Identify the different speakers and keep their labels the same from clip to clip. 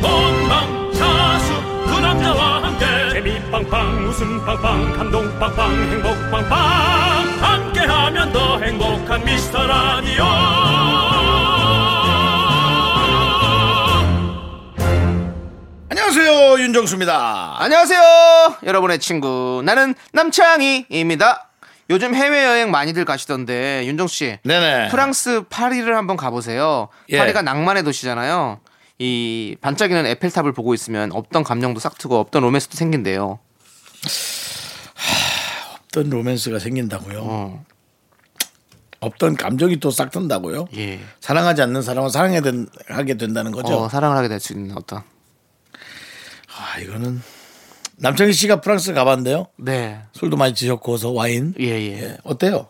Speaker 1: 본방사수 그 남자와 함께
Speaker 2: 재미 빵빵 웃음 빵빵 감동 빵빵 행복 빵빵
Speaker 1: 함께하면 더 행복한 미스터 라디오
Speaker 3: 안녕하세요 윤정수입니다.
Speaker 4: 안녕하세요. 여러분의 친구 나는 남창희입니다. 요즘 해외여행 많이들 가시던데 윤정수 씨
Speaker 3: 네네.
Speaker 4: 프랑스 파리를 한번 가보세요.
Speaker 3: 예.
Speaker 4: 파리가 낭만의 도시잖아요. 이 반짝이는 에펠탑을 보고 있으면 없던 감정도 싹 트고 없던 로맨스도 생긴대요.
Speaker 3: 어떤 로맨스가 생긴다고요?
Speaker 4: 어.
Speaker 3: 없던 감정이 또 싹 든다고요?
Speaker 4: 예.
Speaker 3: 사랑하지 않는 사람은 사랑하게 된, 하게 된다는 거죠.
Speaker 4: 어, 사랑을 하게 될 수 있는 어떤
Speaker 3: 아 이거는 남창희 씨가 프랑스 가봤는데요.
Speaker 4: 네.
Speaker 3: 술도 많이 드셨고서 와인.
Speaker 4: 예, 예.
Speaker 3: 예, 어때요?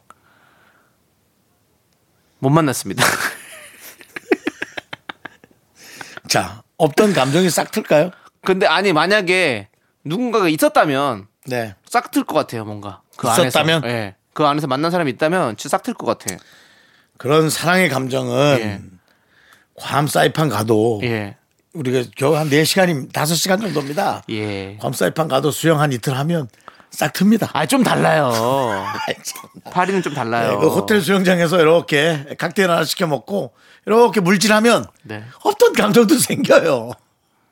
Speaker 4: 못 만났습니다.
Speaker 3: 자 없던 감정이 싹 틀까요?
Speaker 4: 근데 아니 만약에 누군가가 있었다면
Speaker 3: 네.
Speaker 4: 싹 틀 것 같아요, 뭔가. 그
Speaker 3: 있었다면?
Speaker 4: 안에서. 예. 그 안에서 만난 사람이 있다면 진짜 싹 틀 것 같아.
Speaker 3: 그런 사랑의 감정은
Speaker 4: 예.
Speaker 3: 괌 사이판 가도
Speaker 4: 예.
Speaker 3: 우리가 겨우 한 4시간이면 5시간 정도입니다.
Speaker 4: 예.
Speaker 3: 괌 사이판 가도 수영 한 이틀 하면 싹 틉니다.
Speaker 4: 아, 좀 달라요.
Speaker 3: 아이, 참.
Speaker 4: 파리는 어, 좀 달라요.
Speaker 3: 네, 그 호텔 수영장에서 이렇게 칵테일 하나 시켜 먹고 이렇게 물질하면
Speaker 4: 네.
Speaker 3: 없던 감정도 생겨요.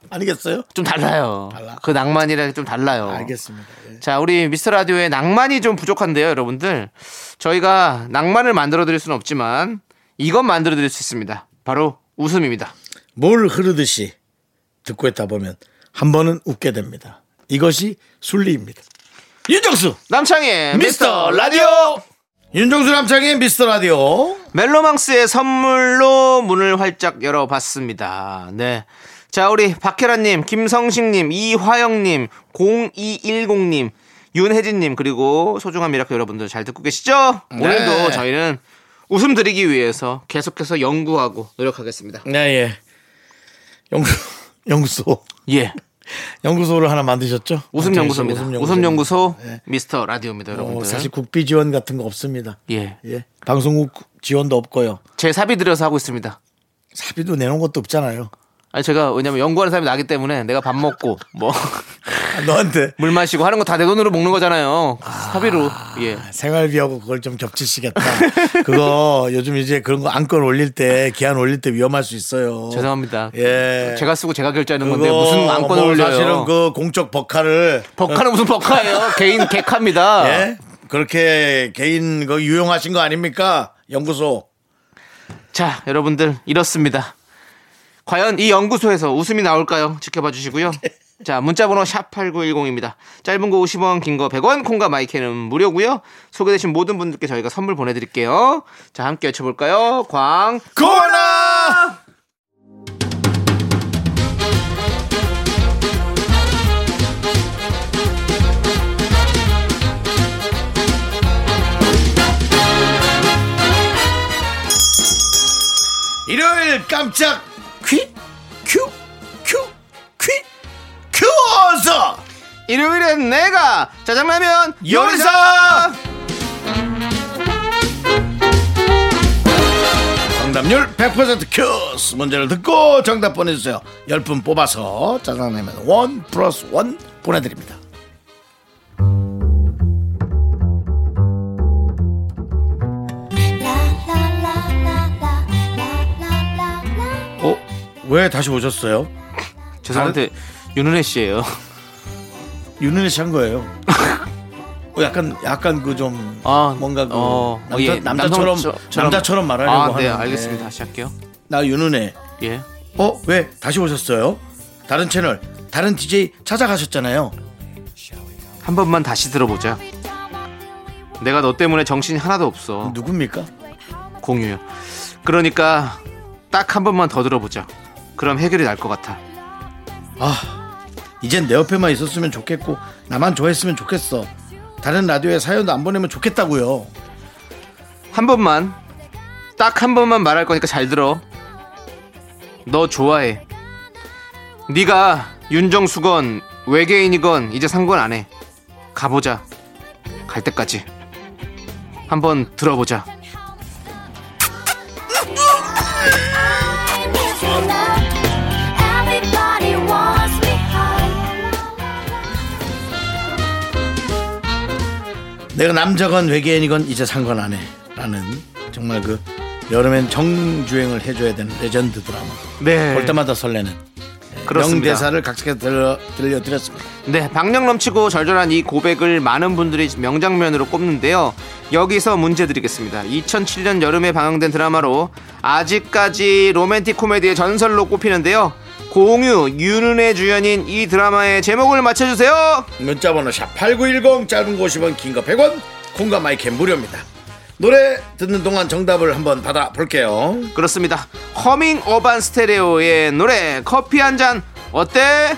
Speaker 3: 아니겠어요?
Speaker 4: 좀 달라요.
Speaker 3: 달라?
Speaker 4: 그 낭만이랑 좀 달라요.
Speaker 3: 알겠습니다. 예.
Speaker 4: 자, 우리 미스터 라디오의 낭만이 좀 부족한데요, 여러분들. 저희가 낭만을 만들어 드릴 수는 없지만 이건 만들어 드릴 수 있습니다. 바로 웃음입니다.
Speaker 3: 뭘 흐르듯이 듣고 있다 보면 한 번은 웃게 됩니다. 이것이 순리입니다. 윤정수
Speaker 4: 남창의
Speaker 3: 미스터 라디오 윤정수 남창의 미스터 라디오
Speaker 4: 멜로망스의 선물로 문을 활짝 열어봤습니다. 네. 자, 우리 박혜라님, 김성식님, 이화영님, 0210님, 윤혜진님, 그리고 소중한 미라클 여러분들 잘 듣고 계시죠? 오늘도 저희는 웃음 드리기 위해서 계속해서 연구하고 노력하겠습니다.
Speaker 3: 네, 예. 연구, 연구소.
Speaker 4: 예.
Speaker 3: 연구소를 하나 만드셨죠?
Speaker 4: 웃음 연구소입니다.
Speaker 3: 웃음
Speaker 4: 웃음 연구소 미스터 라디오입니다,
Speaker 3: 어,
Speaker 4: 여러분들.
Speaker 3: 사실 국비 지원 같은 거 없습니다.
Speaker 4: 예.
Speaker 3: 예. 방송국 지원도 없고요.
Speaker 4: 제 사비 들여서 하고 있습니다.
Speaker 3: 사비도 내놓은 것도 없잖아요.
Speaker 4: 아니, 제가 왜냐면 연구하는 사람이 나기 때문에 내가 밥 먹고 뭐
Speaker 3: 아, 너한테
Speaker 4: 물 마시고 하는 거 다 내 돈으로 먹는 거잖아요. 사비로. 예.
Speaker 3: 생활비하고 그걸 좀 겹치시겠다. 그거 요즘 이제 그런 거 안건 올릴 때 기한 올릴 때 위험할 수 있어요.
Speaker 4: 죄송합니다.
Speaker 3: 예.
Speaker 4: 제가 쓰고 제가 결제하는 건데
Speaker 3: 그거
Speaker 4: 무슨 안건을
Speaker 3: 뭐
Speaker 4: 올려요.
Speaker 3: 사실은 그 공적 버카를
Speaker 4: 버카는 무슨 버카예요? 개인 객합니다.
Speaker 3: 예? 그렇게 개인 거 유용하신 거 아닙니까? 연구소.
Speaker 4: 자, 여러분들 이렇습니다. 과연 이 연구소에서 웃음이 나올까요? 지켜봐 주시고요. 자, 문자번호 샵8910입니다. 짧은 거 50원, 긴 거 100원, 콩과 마이크는 무료고요. 소개되신 모든 분들께 저희가 선물 보내드릴게요. 자, 함께 외쳐볼까요? 광.
Speaker 3: 고나 일요일 깜짝 퀴 큐큐큐퀴 큐어서
Speaker 4: 일요일엔 내가 짜장라면
Speaker 3: 요리사! 정답률 100% 큐스 문제를 듣고 정답 보내주세요 10분 뽑아서 짜장라면 원 플러스 원 보내드립니다 어? 왜 다시 오셨어요?
Speaker 4: 죄송한데 윤은혜 씨예요.
Speaker 3: 윤은혜 씨한 거예요 어, 약간 약간 그 좀
Speaker 4: 아,
Speaker 3: 뭔가 그
Speaker 4: 어,
Speaker 3: 남자,
Speaker 4: 예,
Speaker 3: 남자처럼
Speaker 4: 남성처럼.
Speaker 3: 남자처럼 말하려고
Speaker 4: 아,
Speaker 3: 뭐 하는데
Speaker 4: 네, 알겠습니다. 다시 할게요.
Speaker 3: 나 윤은혜
Speaker 4: 예.
Speaker 3: 어? 왜? 다시 오셨어요? 다른 채널, 다른 DJ 찾아가셨잖아요.
Speaker 4: 한 번만 다시 들어보자. 내가 너 때문에 정신이 하나도 없어.
Speaker 3: 누굽니까?
Speaker 4: 공유요. 그러니까 딱 한 번만 더 들어보자. 그럼 해결이 날 것 같아.
Speaker 3: 아, 이젠 내 옆에만 있었으면 좋겠고 나만 좋아했으면 좋겠어. 다른 라디오에 사연도 안 보내면 좋겠다고요.
Speaker 4: 한 번만 딱 한 번만 말할 거니까 잘 들어. 너 좋아해. 네가 윤정수건 외계인이건 이제 상관 안 해. 가보자. 갈 때까지. 한번 들어보자.
Speaker 5: Everybody wants me high.
Speaker 3: 내가 남자건 외계인이건 이제 상관 안 해. 라는 정말 그 여름엔 정주행을 해줘야 되는 레전드 드라마.
Speaker 4: 네.
Speaker 3: 볼 때마다 설레는 네,
Speaker 4: 그렇습니다.
Speaker 3: 명대사를 각색해 들려, 들려드렸습니다.
Speaker 4: 네, 박력 넘치고 절절한 이 고백을 많은 분들이 명장면으로 꼽는데요. 여기서 문제 드리겠습니다. 2007년 여름에 방영된 드라마로 아직까지 로맨틱 코미디의 전설로 꼽히는데요. 공유, 윤은혜 주연인 이 드라마의 제목을 맞춰주세요!
Speaker 3: 문자번호 샵8910 짧은 거 50원 긴 거 100원 콩과 마이크 무료입니다. 노래 듣는 동안 정답을 한번 받아볼게요.
Speaker 4: 그렇습니다. 허밍 어반 스테레오의 노래, 커피 한 잔, 어때?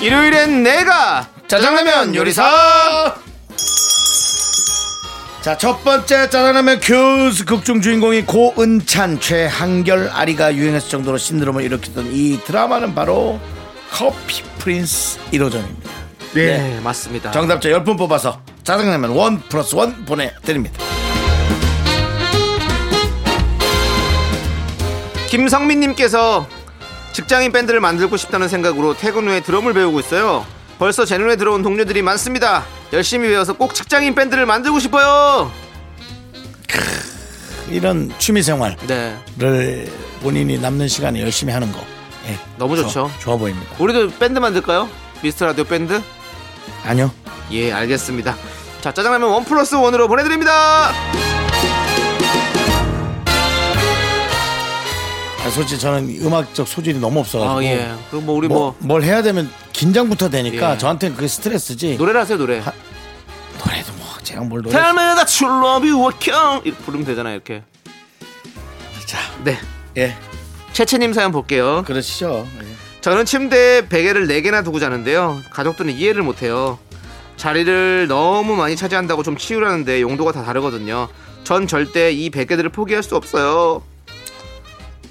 Speaker 4: 일요일엔 내가
Speaker 3: 짜장라면 요리사 자 첫 번째 짜장라면 큐스 극중 주인공이 고은찬 최한결 아리가 유행했을 정도로 신드롬을 일으켰던 이 드라마는 바로 커피 프린스 1호점입니다
Speaker 4: 네, 맞습니다.
Speaker 3: 정답자 10분 뽑아서 짜장라면 원 플러스 원 보내드립니다
Speaker 4: 김성민님께서 직장인 밴드를 만들고 싶다는 생각으로 퇴근 후에 드럼을 배우고 있어요. 벌써 제 눈에 들어온 동료들이 많습니다. 열심히 배워서 꼭 직장인 밴드를 만들고 싶어요.
Speaker 3: 이런 취미생활을
Speaker 4: 네,
Speaker 3: 본인이 남는 시간에 열심히 하는 거 예,
Speaker 4: 너무 좋죠.
Speaker 3: 좋아, 좋아 보입니다
Speaker 4: 우리도 밴드 만들까요? 미스터 라디오 밴드?
Speaker 3: 아니요
Speaker 4: 예, 알겠습니다. 자, 짜장라면 원 플러스 원으로 보내드립니다.
Speaker 3: 아, 솔직히 저는 음악적 소질이 너무 없어가지고
Speaker 4: 아, 예. 그뭐 우리 뭐,
Speaker 3: 뭐, 뭘 해야 되면 긴장부터 되니까
Speaker 4: 예.
Speaker 3: 저한테는 그게 스트레스지
Speaker 4: 노래를 하세요 노래.
Speaker 3: 하- 노래도 뭐 제가 뭘 노래
Speaker 4: Tell me that you love you, I can. 이렇게 부르면 되잖아요 이렇게.
Speaker 3: 자,
Speaker 4: 네,
Speaker 3: 예
Speaker 4: 채채님 사연 볼게요.
Speaker 3: 그러시죠 예.
Speaker 4: 저는 침대에 베개를 4개나 두고 자는데요. 가족들은 이해를 못해요. 자리를 너무 많이 차지한다고 좀 치우라는데 용도가 다 다르거든요. 전 절대 이 베개들을 포기할 수 없어요.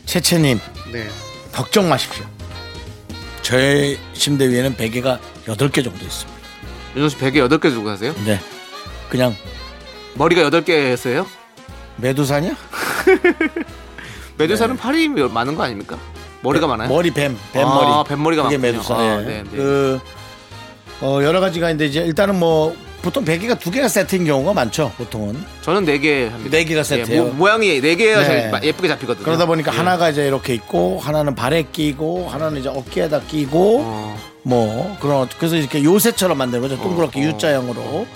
Speaker 3: 채채님
Speaker 4: 네.
Speaker 3: 걱정 마십시오 저의 침대 위에는 베개가 8개 정도 있습니다
Speaker 4: 윤정 씨 베개 8개 두고 가세요?
Speaker 3: 네 그냥
Speaker 4: 머리가 8개였어요?
Speaker 3: 메두사냐?
Speaker 4: 메두사는 팔이 많은 거 아닙니까? 네. 머리가 많아요?
Speaker 3: 머리 뱀, 뱀머리
Speaker 4: 아, 뱀머리가
Speaker 3: 그게
Speaker 4: 많군요.
Speaker 3: 메두사
Speaker 4: 아,
Speaker 3: 예.
Speaker 4: 네, 네.
Speaker 3: 그, 어, 여러 가지가 있는데 이제 일단은 뭐 보통 베개가 두 개가 세트인 경우가 많죠 보통은
Speaker 4: 저는 4개 합니다.
Speaker 3: 네 개가 세트예요?
Speaker 4: 모, 모양이 4개가
Speaker 3: 네.
Speaker 4: 제일 마- 예쁘게 잡히거든요.
Speaker 3: 그러다 보니까
Speaker 4: 예.
Speaker 3: 하나가 이제 이렇게 있고 하나는 발에 끼고 하나는 이제 어깨에다 끼고
Speaker 4: 어,
Speaker 3: 뭐 그런 그래서 이렇게 요새처럼 만든 거죠 동그랗게
Speaker 4: 어.
Speaker 3: U자형으로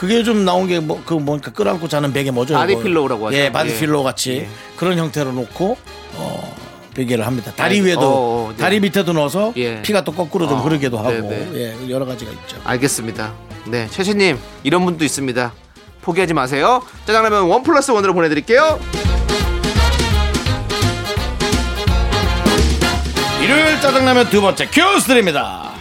Speaker 3: 그게 요즘 나온 게 뭐 그 뭔가 끌어안고 자는 베개 뭐죠
Speaker 4: 바디
Speaker 3: 이거?
Speaker 4: 필로우라고 하죠.
Speaker 3: 예 바디
Speaker 4: 예.
Speaker 3: 필로우 같이
Speaker 4: 예.
Speaker 3: 그런 형태로 놓고 어 베개를 합니다 다리
Speaker 4: 아,
Speaker 3: 위에도
Speaker 4: 어, 어, 네.
Speaker 3: 다리 밑에도 넣어서
Speaker 4: 예.
Speaker 3: 피가 또 거꾸로 좀
Speaker 4: 아,
Speaker 3: 흐르기도 하고
Speaker 4: 네,
Speaker 3: 예 여러 가지가 있죠
Speaker 4: 알겠습니다. 네, 채채님 이런 분도 있습니다. 포기하지 마세요. 짜장라면 원 플러스 원으로 보내드릴게요.
Speaker 3: 일요일 짜장라면 두 번째 큐스 드립니다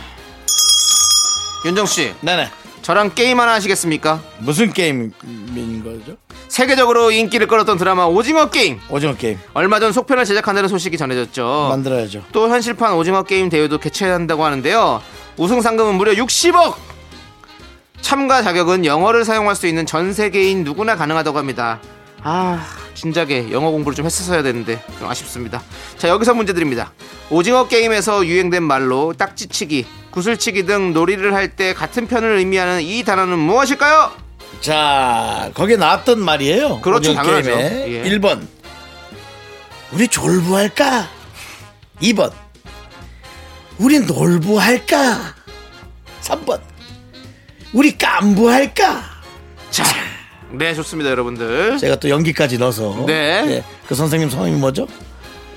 Speaker 4: 윤정 씨,
Speaker 3: 네네
Speaker 4: 저랑 게임 하나 하시겠습니까?
Speaker 3: 무슨 게임인 거죠
Speaker 4: 세계적으로 인기를 끌었던 드라마 오징어 게임.
Speaker 3: 오징어 게임
Speaker 4: 얼마 전 속편을 제작한다는 소식이 전해졌죠.
Speaker 3: 만들어야죠
Speaker 4: 또 현실판 오징어 게임 대회도 개최한다고 하는데요. 우승 상금은 무려 60억. 참가 자격은 영어를 사용할 수 있는 전 세계인 누구나 가능하다고 합니다. 아, 진작에 영어 공부를 좀 했었어야 되는데 좀 아쉽습니다. 자, 여기서 문제 드립니다. 오징어 게임에서 유행된 말로 딱지치기, 구슬치기 등 놀이를 할 때 같은 편을 의미하는 이 단어는 무엇일까요?
Speaker 3: 자 거기에 나왔던 말이에요.
Speaker 4: 그렇죠,
Speaker 3: 오징어
Speaker 4: 당연하죠.
Speaker 3: 게임에.
Speaker 4: 예.
Speaker 3: 1번 우리 졸부할까? 2번 우리 놀부할까? 3번 우리 깐부할까?
Speaker 4: 자, 네, 좋습니다, 여러분들.
Speaker 3: 제가 또 연기까지 넣어서
Speaker 4: 네.
Speaker 3: 예, 그 선생님 성함이 뭐죠?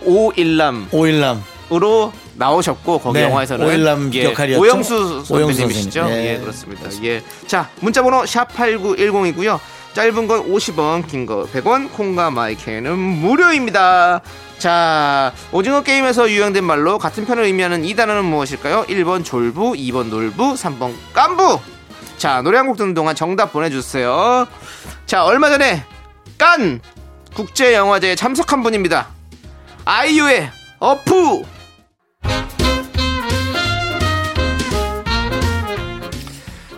Speaker 4: 오일남.
Speaker 3: 오일남
Speaker 4: 으로 나오셨고 거기
Speaker 3: 네,
Speaker 4: 영화에서는
Speaker 3: 오일남
Speaker 4: 예,
Speaker 3: 기억하리였죠?
Speaker 4: 오영수
Speaker 3: 오영수
Speaker 4: 선배님이시죠?
Speaker 3: 선생님.
Speaker 4: 예,
Speaker 3: 예,
Speaker 4: 그렇습니다. 예, 자 문자번호 샵 #8910이고요. 짧은 건 50원, 긴 거 100원, 콩과 마이크는 무료입니다. 자, 오징어 게임에서 유행된 말로 같은 편을 의미하는 이 단어는 무엇일까요? 1번 졸부, 2번 놀부, 3번 깐부. 자, 노래 한 곡 듣는 동안 정답 보내주세요. 자, 얼마 전에 깐 국제영화제에 참석한 분입니다. 아이유의 어프!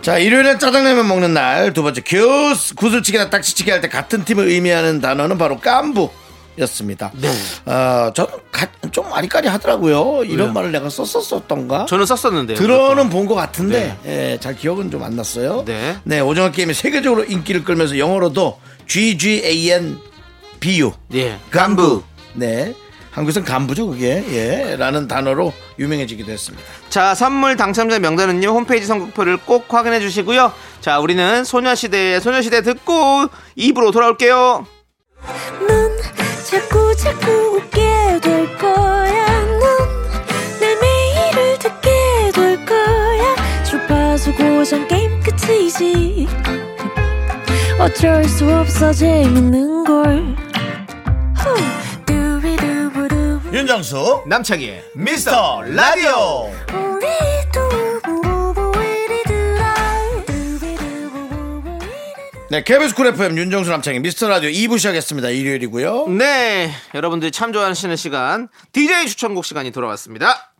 Speaker 3: 자, 일요일엔 짜장라면 먹는 날, 두 번째 교수, 구슬치기나 딱지치기 할 때 같은 팀을 의미하는 단어는 바로 깐부였습니다.
Speaker 4: 네.
Speaker 3: 어, 저는 가- 좀 많이까지 하더라고요. 이런 말을 내가 썼었었던가?
Speaker 4: 어? 저는 썼었는데요.
Speaker 3: 들어는 본 것 같은데 예, 잘 기억은 좀 안 났어요.
Speaker 4: 네.
Speaker 3: 오징어 게임이 세계적으로 인기를 끌면서 영어로도 GGAN BU
Speaker 4: 예.
Speaker 3: 간부. 네. 한국에서는 간부죠 그게 예 라는 단어로 유명해지기도 했습니다.
Speaker 4: 자, 선물 당첨자 명단은요, 홈페이지 선곡표를 꼭 확인해 주시고요. 자, 우리는 소녀시대의 소녀시대 듣고 입으로 돌아올게요.
Speaker 5: 넌 자꾸 자꾸 웃게 될 거야. 넌내 매일을 듣게 될 거야. 주파수 고정 게임 끝이지. 어쩔 수 없어 재밌는 걸. 후. 두비두부두.
Speaker 3: 윤정수
Speaker 4: 남창희의
Speaker 3: 미스터 라디오
Speaker 5: 우리 두부부부 우리들아. 두비두부부부 우리들아.
Speaker 3: 네 KBS 쿨 FM 윤정수 남창희 미스터 라디오 2부 시작했습니다. 일요일이고요.
Speaker 4: 네, 여러분들이 참 좋아하시는 시간 DJ 추천곡 시간이 돌아왔습니다.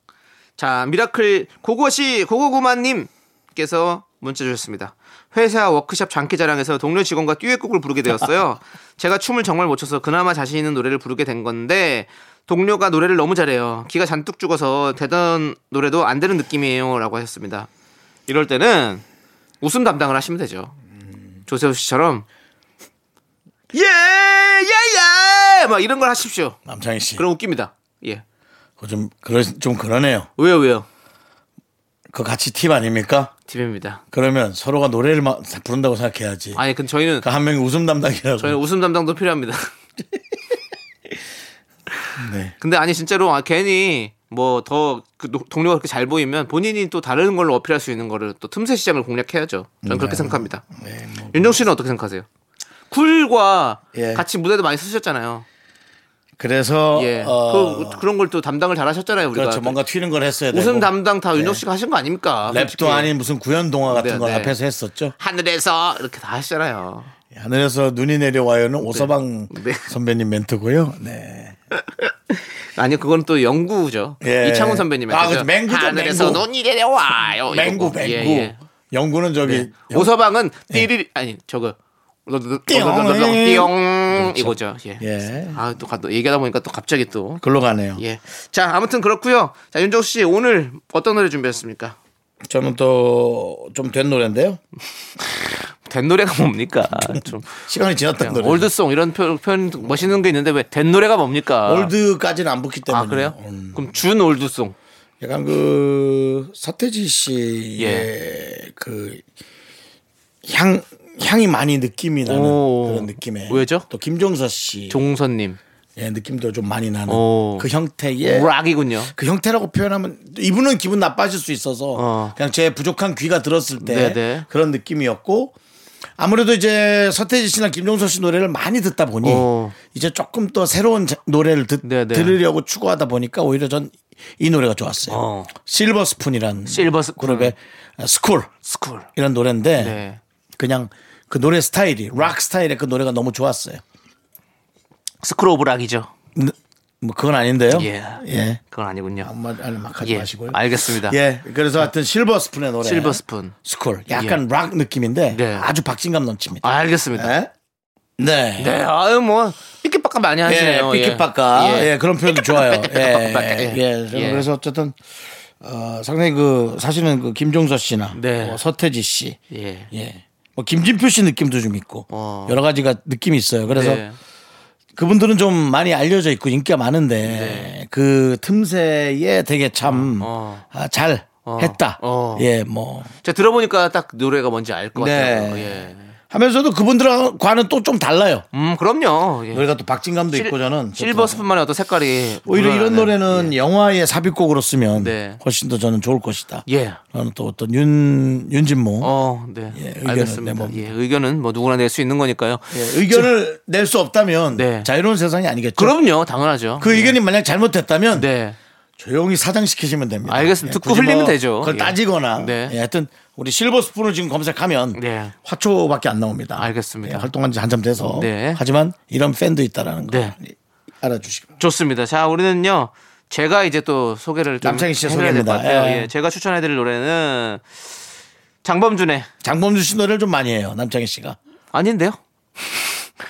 Speaker 4: 자, 미라클 고고시 고고구마님께서 문자 주셨습니다. 회사 워크숍 장기자랑에서 동료 직원과 듀엣곡을 부르게 되었어요. 제가 춤을 정말 못 춰서 그나마 자신 있는 노래를 부르게 된 건데 동료가 노래를 너무 잘해요. 기가 잔뜩 죽어서 되던 노래도 안 되는 느낌이에요라고 하셨습니다. 이럴 때는 웃음 담당을 하시면 되죠. 조세호 씨처럼 예, 예예예 막 이런 걸 하십시오.
Speaker 3: 남창희 씨,
Speaker 4: 그럼 웃깁니다. 예.
Speaker 3: 그거 좀 그러 좀 그러네요.
Speaker 4: 왜요 왜요?
Speaker 3: 그거 같이 팀 아닙니까?
Speaker 4: TV입니다.
Speaker 3: 그러면 서로가 노래를 막 부른다고 생각해야지.
Speaker 4: 아니 근데 저희는
Speaker 3: 그 한 명이 웃음 담당이라고.
Speaker 4: 저희는 웃음 담당도 필요합니다.
Speaker 3: 네.
Speaker 4: 근데 아니 진짜로 아, 괜히 뭐 더 동료가 그렇게 잘 보이면 본인이 또 다른 걸로 어필할 수 있는 거를 또 틈새 시장을 공략해야죠. 저는 그렇게 생각합니다.
Speaker 3: 네, 뭐
Speaker 4: 윤정 씨는 어떻게 생각하세요? 쿨과
Speaker 3: 예.
Speaker 4: 같이 무대도 많이 서셨잖아요.
Speaker 3: 그래서
Speaker 4: 예.
Speaker 3: 어,
Speaker 4: 그, 런 걸 또 담당을 잘 하셨잖아요. 우리가.
Speaker 3: 그렇죠. 뭔가 튀는 걸 했어야 되고. 예.
Speaker 4: 웃음 담당 다 윤정 씨가 하신 거 아닙니까?
Speaker 3: 랩도
Speaker 4: 솔직히.
Speaker 3: 아닌 무슨 구연 동화 같은
Speaker 4: 네,
Speaker 3: 걸
Speaker 4: 네.
Speaker 3: 앞에서 했었죠. 예,
Speaker 4: 하늘에서 이렇게 다 하시잖아요.
Speaker 3: 하늘에서 눈이 내려와요는 오서방
Speaker 4: 네.
Speaker 3: 선배님 멘트고요. 네.
Speaker 4: 아니 그건 또 영구죠.
Speaker 3: 예.
Speaker 4: 이창훈 선배님의
Speaker 3: 아, 그죠. 맹구죠,
Speaker 4: 하늘에서
Speaker 3: 맹구.
Speaker 4: 논이 내려와요. 이거.
Speaker 3: 맹구 맹구.
Speaker 4: 예, 예.
Speaker 3: 영구는 저기
Speaker 4: 예. 오서방은 띠리 아니 저거
Speaker 3: 띠용. 음, 그렇죠.
Speaker 4: 띠용 이거죠. 예.
Speaker 3: 예.
Speaker 4: 아또 얘기하다 보니까 또 갑자기 또
Speaker 3: 글로 가네요.
Speaker 4: 예. 자 아무튼 그렇고요. 자 윤정수 씨 오늘 어떤 노래 준비했습니까?
Speaker 3: 저는 또 좀 된 노래인데요.
Speaker 4: 된 노래가 뭡니까? 좀
Speaker 3: 시간이 지났던
Speaker 4: 그냥
Speaker 3: 노래.
Speaker 4: 올드송 이런 표, 표현 멋있는 게 있는데 왜 된 노래가 뭡니까?
Speaker 3: 까지는안 붙기 때문에.
Speaker 4: 아 그래요?
Speaker 3: 음,
Speaker 4: 그럼 준 올드송.
Speaker 3: 약간 그 서태지 씨의
Speaker 4: 예.
Speaker 3: 그 향. 향이 많이 느낌이 나는
Speaker 4: 오.
Speaker 3: 그런 느낌의
Speaker 4: 왜죠?
Speaker 3: 또 김종서 씨
Speaker 4: 종선님
Speaker 3: 예, 느낌도 좀 많이 나는
Speaker 4: 오.
Speaker 3: 그 형태의
Speaker 4: 락이군요.
Speaker 3: 그 형태라고 표현하면 이분은 기분 나빠질 수 있어서
Speaker 4: 어.
Speaker 3: 그냥 제 부족한 귀가 들었을 때
Speaker 4: 네네.
Speaker 3: 그런 느낌이었고 아무래도 이제 서태지 씨나 김종서 씨 노래를 많이 듣다 보니
Speaker 4: 어.
Speaker 3: 이제 조금 더 새로운 자- 노래를 듣,
Speaker 4: 네네.
Speaker 3: 들으려고 추구하다 보니까 오히려 전 이 노래가 좋았어요.
Speaker 4: 어.
Speaker 3: 실버 스푼이라는
Speaker 4: 실버 스푼. 음,
Speaker 3: 그룹의 스쿨
Speaker 4: 스쿨.
Speaker 3: 이런 노래인데
Speaker 4: 네.
Speaker 3: 그냥 그 노래 스타일이 락 스타일의 그 노래가 너무 좋았어요.
Speaker 4: 스쿨 오브 락이죠.
Speaker 3: 느- 뭐 그건 아닌데요.
Speaker 4: 예.
Speaker 3: 예.
Speaker 4: 그건 아니군요.
Speaker 3: 엄마 아니 막 하지
Speaker 4: 예.
Speaker 3: 마시고요.
Speaker 4: 알겠습니다.
Speaker 3: 예. 그래서 하여튼 실버 스푼의 노래.
Speaker 4: 실버 스푼. 예.
Speaker 3: 스쿨. 약간 락 느낌인데
Speaker 4: 네.
Speaker 3: 아주 박진감 넘칩니다.
Speaker 4: 아, 알겠습니다.
Speaker 3: 네. 네.
Speaker 4: 네, 아유 뭐 삐끼빠까 많이 하시네요.
Speaker 3: 예, 삐끼빠까. 예. 그런 표현도 좋아요. 예.
Speaker 4: 삐끼빠까.
Speaker 3: 예. 예. 저는
Speaker 4: 예.
Speaker 3: 그래서 어쨌든 어, 상당히 그 사실은 그 김종서 씨나
Speaker 4: 네.
Speaker 3: 뭐 서태지 씨.
Speaker 4: 예.
Speaker 3: 예. 뭐 김진표 씨 느낌도 좀 있고
Speaker 4: 어.
Speaker 3: 여러 가지가 느낌이 있어요. 그래서
Speaker 4: 네.
Speaker 3: 그분들은 좀 많이 알려져 있고 인기가 많은데 그 틈새에 되게 참
Speaker 4: 네. 어.
Speaker 3: 아, 잘 했다.
Speaker 4: 어.
Speaker 3: 예, 뭐
Speaker 4: 제가 들어보니까 딱 노래가 뭔지 알 것 같아요.
Speaker 3: 네.
Speaker 4: 예.
Speaker 3: 하면서도 그분들과는 또 좀 달라요.
Speaker 4: 음, 그럼요. 예.
Speaker 3: 노래가 또 박진감도
Speaker 4: 실-
Speaker 3: 있고 저는
Speaker 4: 실버
Speaker 3: 좋더라고요.
Speaker 4: 스푼만의 어떤 색깔이
Speaker 3: 오히려 이런
Speaker 4: 무난하네. 예.
Speaker 3: 노래는 영화의 삽입곡으로 쓰면
Speaker 4: 네.
Speaker 3: 훨씬 더 저는 좋을 것이다.
Speaker 4: 예.
Speaker 3: 저는 또 어떤 윤 윤진모
Speaker 4: 어, 네.
Speaker 3: 의견은 내
Speaker 4: 알겠습니다.
Speaker 3: 뭐-
Speaker 4: 예, 의견은 뭐 누구나 낼 수 있는 거니까요.
Speaker 3: 예, 의견을 낼 수 없다면
Speaker 4: 네.
Speaker 3: 자유로운 세상이 아니겠죠.
Speaker 4: 그럼요, 당연하죠.
Speaker 3: 그 의견이 만약 잘못됐다면
Speaker 4: 네.
Speaker 3: 조용히 사장시키시면 됩니다. 예,
Speaker 4: 알겠습니다. 듣고
Speaker 3: 굳이 뭐
Speaker 4: 흘리면 되죠.
Speaker 3: 그걸
Speaker 4: 예.
Speaker 3: 따지거나
Speaker 4: 네.
Speaker 3: 예, 하여튼 우리 실버 스푼을 지금 검색하면
Speaker 4: 네.
Speaker 3: 화초밖에 안 나옵니다.
Speaker 4: 알겠습니다.
Speaker 3: 예, 활동한 지 한참 돼서.
Speaker 4: 네.
Speaker 3: 하지만 이런 팬도 있다라는 거
Speaker 4: 네.
Speaker 3: 알아주시기 바랍니다.
Speaker 4: 좋습니다. 자, 우리는요. 제가 이제 또 소개를 좀
Speaker 3: 남창희 씨의
Speaker 4: 해드려야 될것
Speaker 3: 소개입니다.
Speaker 4: 같아요.
Speaker 3: 예.
Speaker 4: 예, 제가 추천해드릴 노래는 장범준의
Speaker 3: 장범준 씨 노래를 좀 많이 해요. 남창희 씨가.
Speaker 4: 아닌데요.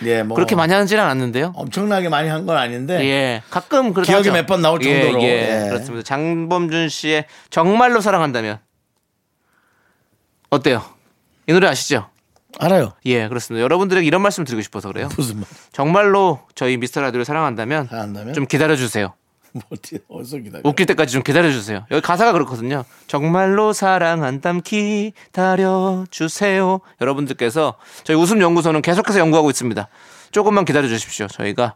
Speaker 3: 예, 뭐
Speaker 4: 그렇게 많이 하지는 않았는데요.
Speaker 3: 엄청나게 많이 한 건 아닌데.
Speaker 4: 예, 가끔 그렇게
Speaker 3: 네. 기억이
Speaker 4: 하죠.
Speaker 3: 몇번 나올
Speaker 4: 예,
Speaker 3: 정도로.
Speaker 4: 예,
Speaker 3: 예.
Speaker 4: 그렇습니다. 장범준 씨의 정말로 사랑한다면 어때요? 이 노래 아시죠?
Speaker 3: 알아요.
Speaker 4: 예, 그렇습니다. 여러분들에게 이런 말씀 드리고 싶어서 그래요.
Speaker 3: 무슨 말.
Speaker 4: 정말로 저희 미스터 라디오를 사랑한다면
Speaker 3: 사랑한다면? 뭐
Speaker 4: 좀 기다려 주세요.
Speaker 3: 어디- 어디서 기다려.
Speaker 4: 웃길 때까지 좀 기다려 주세요. 여기 가사가 그렇거든요. 정말로 사랑한담 기다려 주세요. 여러분들께서 저희 웃음 연구소는 계속해서 연구하고 있습니다. 조금만 기다려 주십시오. 저희가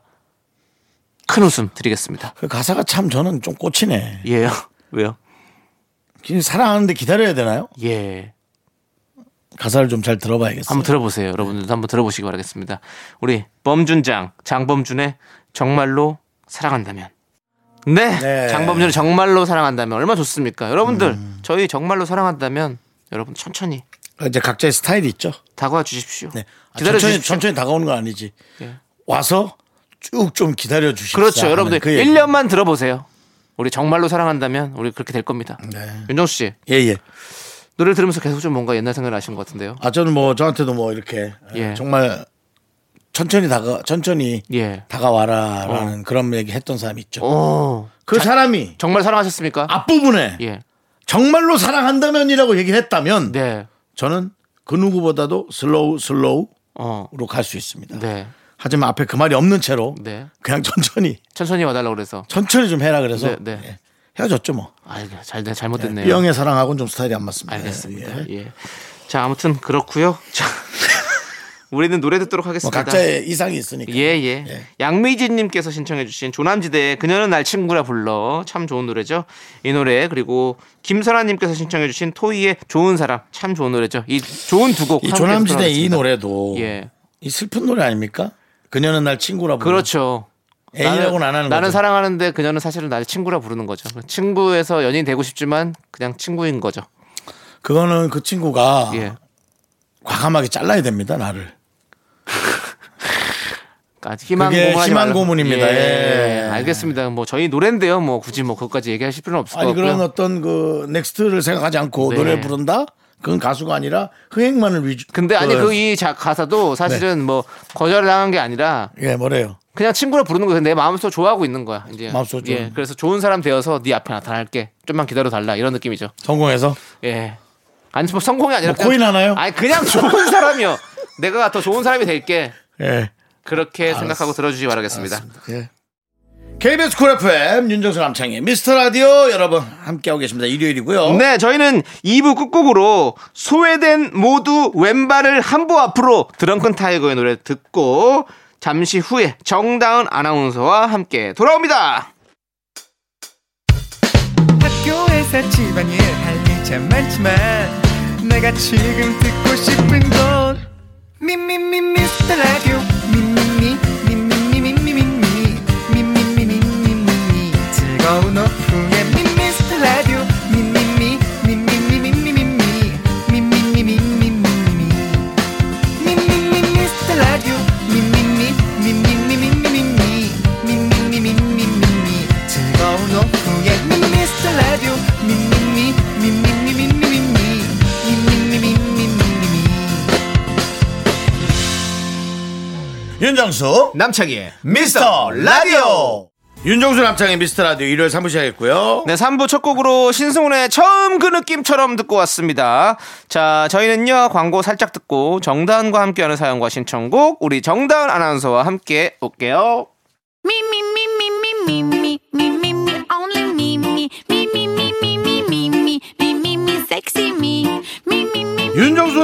Speaker 4: 큰 웃음 드리겠습니다.
Speaker 3: 그 가사가 참 저는 좀 꽂히네.
Speaker 4: 예요. 왜요?
Speaker 3: 기- 사랑하는데 기다려야 되나요?
Speaker 4: 예.
Speaker 3: 가사를 좀 잘 들어봐야겠어요.
Speaker 4: 한번 들어보세요. 여러분들도 한번 들어보시기 바라겠습니다. 우리 범준장 장범준의 정말로 사랑한다면. 네.
Speaker 3: 네.
Speaker 4: 장범준의 정말로 사랑한다면 얼마나 좋습니까? 여러분들 저희 정말로 사랑한다면 여러분 천천히
Speaker 3: 아, 이제 각자의 스타일이 있죠.
Speaker 4: 다가와 주십시오.
Speaker 3: 네. 아,
Speaker 4: 기다려
Speaker 3: 천천히,
Speaker 4: 주십시오.
Speaker 3: 천천히 다가오는 건 아니지.
Speaker 4: 예.
Speaker 3: 와서 쭉 좀 기다려 주십시오.
Speaker 4: 그렇죠. 여러분들
Speaker 3: 그 얘기.
Speaker 4: 1년만 들어보세요. 우리 정말로 사랑한다면 우리 그렇게 될 겁니다.
Speaker 3: 네.
Speaker 4: 윤정수 씨
Speaker 3: 예, 예.
Speaker 4: 노래를 들으면서 계속 좀 뭔가 옛날 생각이 나시는 것 같은데요.
Speaker 3: 아, 저는 뭐 저한테도 뭐 이렇게
Speaker 4: 예.
Speaker 3: 정말 천천히 다가, 천천히
Speaker 4: 예.
Speaker 3: 다가와라라는 그런 얘기 했던 사람이 있죠.
Speaker 4: 오.
Speaker 3: 어. 그 사람이
Speaker 4: 어, 정말
Speaker 3: 아.
Speaker 4: 사랑하셨습니까?
Speaker 3: 앞부분에
Speaker 4: 예.
Speaker 3: 정말로 사랑한다면이라고 얘기를 했다면
Speaker 4: 네.
Speaker 3: 저는 그 누구보다도 슬로우 슬로우로
Speaker 4: 어.
Speaker 3: 갈 수 있습니다.
Speaker 4: 네.
Speaker 3: 하지만 앞에 그 말이 없는 채로
Speaker 4: 네.
Speaker 3: 그냥 천천히
Speaker 4: 천천히 와달라 고 그래서.
Speaker 3: 천천히 좀 해라 그래서
Speaker 4: 네, 네.
Speaker 3: 예, 헤어졌죠 뭐.
Speaker 4: 아, 이게 잘 네, 잘못됐네요.
Speaker 3: B형의 사랑하고는 좀 스타일이 안 맞습니다.
Speaker 4: 알겠습니다.
Speaker 3: 예.
Speaker 4: 예. 자, 아무튼 그렇고요. 자, 우리는 노래 듣도록
Speaker 3: 뭐
Speaker 4: 하겠습니다.
Speaker 3: 각자의 이상이 있으니까.
Speaker 4: 예, 예.
Speaker 3: 예.
Speaker 4: 양미진님께서 신청해주신 조남지대의 그녀는 날 친구라 불러. 참 좋은 노래죠. 이 노래, 그리고 김설아님께서 신청해주신 토이의 좋은 사람. 참 좋은 노래죠. 이 좋은 두 곡.
Speaker 3: 이
Speaker 4: 함께
Speaker 3: 조남지대 이
Speaker 4: 들어보겠습니다.
Speaker 3: 노래도
Speaker 4: 예.
Speaker 3: 이 슬픈 노래 아닙니까? 그녀는 날 친구라 부르.
Speaker 4: 그렇죠.
Speaker 3: 애인이라고는 음. 안 하는
Speaker 4: 나는
Speaker 3: 거죠.
Speaker 4: 사랑하는데 그녀는 사실은 나를 친구라 부르는 거죠. 친구에서 연인 되고 싶지만 그냥 친구인 거죠.
Speaker 3: 그거는 그 친구가
Speaker 4: 예.
Speaker 3: 과감하게 잘라야 됩니다 나를.
Speaker 4: 그러니까 희망
Speaker 3: 그게
Speaker 4: 고문하지
Speaker 3: 희망
Speaker 4: 말라고.
Speaker 3: 고문입니다. 예.
Speaker 4: 알겠습니다. 뭐 저희 노래인데요. 뭐 굳이 뭐 그것까지 얘기하실 필요는 없을 것
Speaker 3: 아니 그런
Speaker 4: 같고요.
Speaker 3: 어떤 그 넥스트를 생각하지 않고
Speaker 4: 네.
Speaker 3: 노래를 부른다? 그건 가수가 아니라 흥행만을 위주.
Speaker 4: 근데 아니 그 이
Speaker 3: 네.
Speaker 4: 가사도 사실은 뭐 거절당한 게 아니라
Speaker 3: 예 뭐래요?
Speaker 4: 그냥 친구라 부르는 거예요. 내 마음속 좋아하고 있는 거야. 이제
Speaker 3: 마음속으로
Speaker 4: 예.
Speaker 3: 좋아하는
Speaker 4: 그래서 좋은 사람 되어서 네 앞에 나타날게. 좀만 기다려 달라 이런 느낌이죠.
Speaker 3: 성공해서
Speaker 4: 예. 아니 뭐 성공이 아니라
Speaker 3: 뭐 코인 하나요?
Speaker 4: 아니 그냥 좋은 사람이요. 내가 더 좋은 사람이 될게.
Speaker 3: 예.
Speaker 4: 그렇게 생각하고 들어주시기 바라겠습니다.
Speaker 3: 예. KBS 쿨 FM 윤정수 남창희 미스터 라디오 여러분 함께하고 계십니다. 일요일이고요.
Speaker 4: 네, 저희는 2부 끝곡으로 소외된 모두 왼발을 한 보 앞으로 드렁큰 타이거의 노래 듣고 잠시 후에 정다은 아나운서와 함께 돌아옵니다.
Speaker 6: 학교에서 집안일 할 일 참 많지만 내가 지금 듣고 싶은 건 미미미 미스터 라디오 미미미 미미미 미미미 미미미 미미미 미미미 즐거운 오후에 예, 미미스터 라디오 미미미 미미미 미미미 미미미 미미미 미미미
Speaker 3: 윤정수
Speaker 4: 남창희의
Speaker 3: 미스터 라디오 윤정수 남창희 미스터 라디오 일요일 3부 시작했고요.
Speaker 4: 네, 3부 첫 곡으로 신승훈의 처음 그 느낌처럼 듣고 왔습니다. 자, 저희는요, 광고 살짝 듣고 정다은과 함께하는 사연과 신청곡, 우리 정다은 아나운서와 함께 올게요.
Speaker 5: Me, me, me, me, me, me, me, me, me, me, only me, me, me, me, me, me, me, me, me, me, me, me, sexy me, me, me, me.
Speaker 3: 윤정수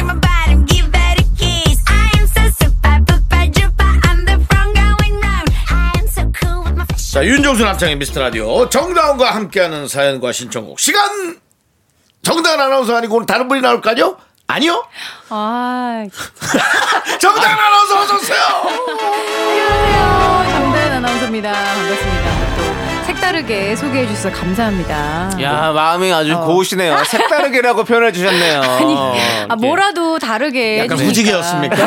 Speaker 5: Wow,
Speaker 3: 자, 윤종수 남창의 미스터 라디오 정다운과 함께하는 사연과 신청곡 시간! 정다운 아나운서 아니고 오늘 다른 분이 나올까요? 아니요?
Speaker 7: 아,
Speaker 3: 정다운 아나운서 어서오세요!
Speaker 7: 안녕하세요. 정다은 아나운서입니다. 반갑습니다. 또 색다르게 소개해 주셔서 감사합니다.
Speaker 4: 야 마음이 아주 고우시네요. 색다르게라고 표현해 주셨네요.
Speaker 7: 네. 어.
Speaker 4: 어,
Speaker 7: 아니, 아, 뭐라도 다르게.
Speaker 3: 약간
Speaker 7: 해주니까.
Speaker 3: 후지기였습니까?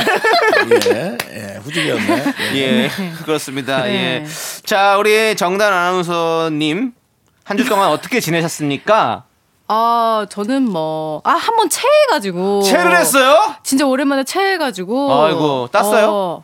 Speaker 3: 네. 예, 예, 후지기였네. 예.
Speaker 4: 예 그렇습니다.
Speaker 7: 네.
Speaker 4: 예. 자 우리 정단 아나운서님 한 주 동안 어떻게 지내셨습니까?
Speaker 7: 아, 저는 뭐, 아, 한 번 체해가지고.
Speaker 4: 체를 했어요?
Speaker 7: 진짜 오랜만에 체해가지고.
Speaker 4: 아이고, 땄어요?
Speaker 7: 어,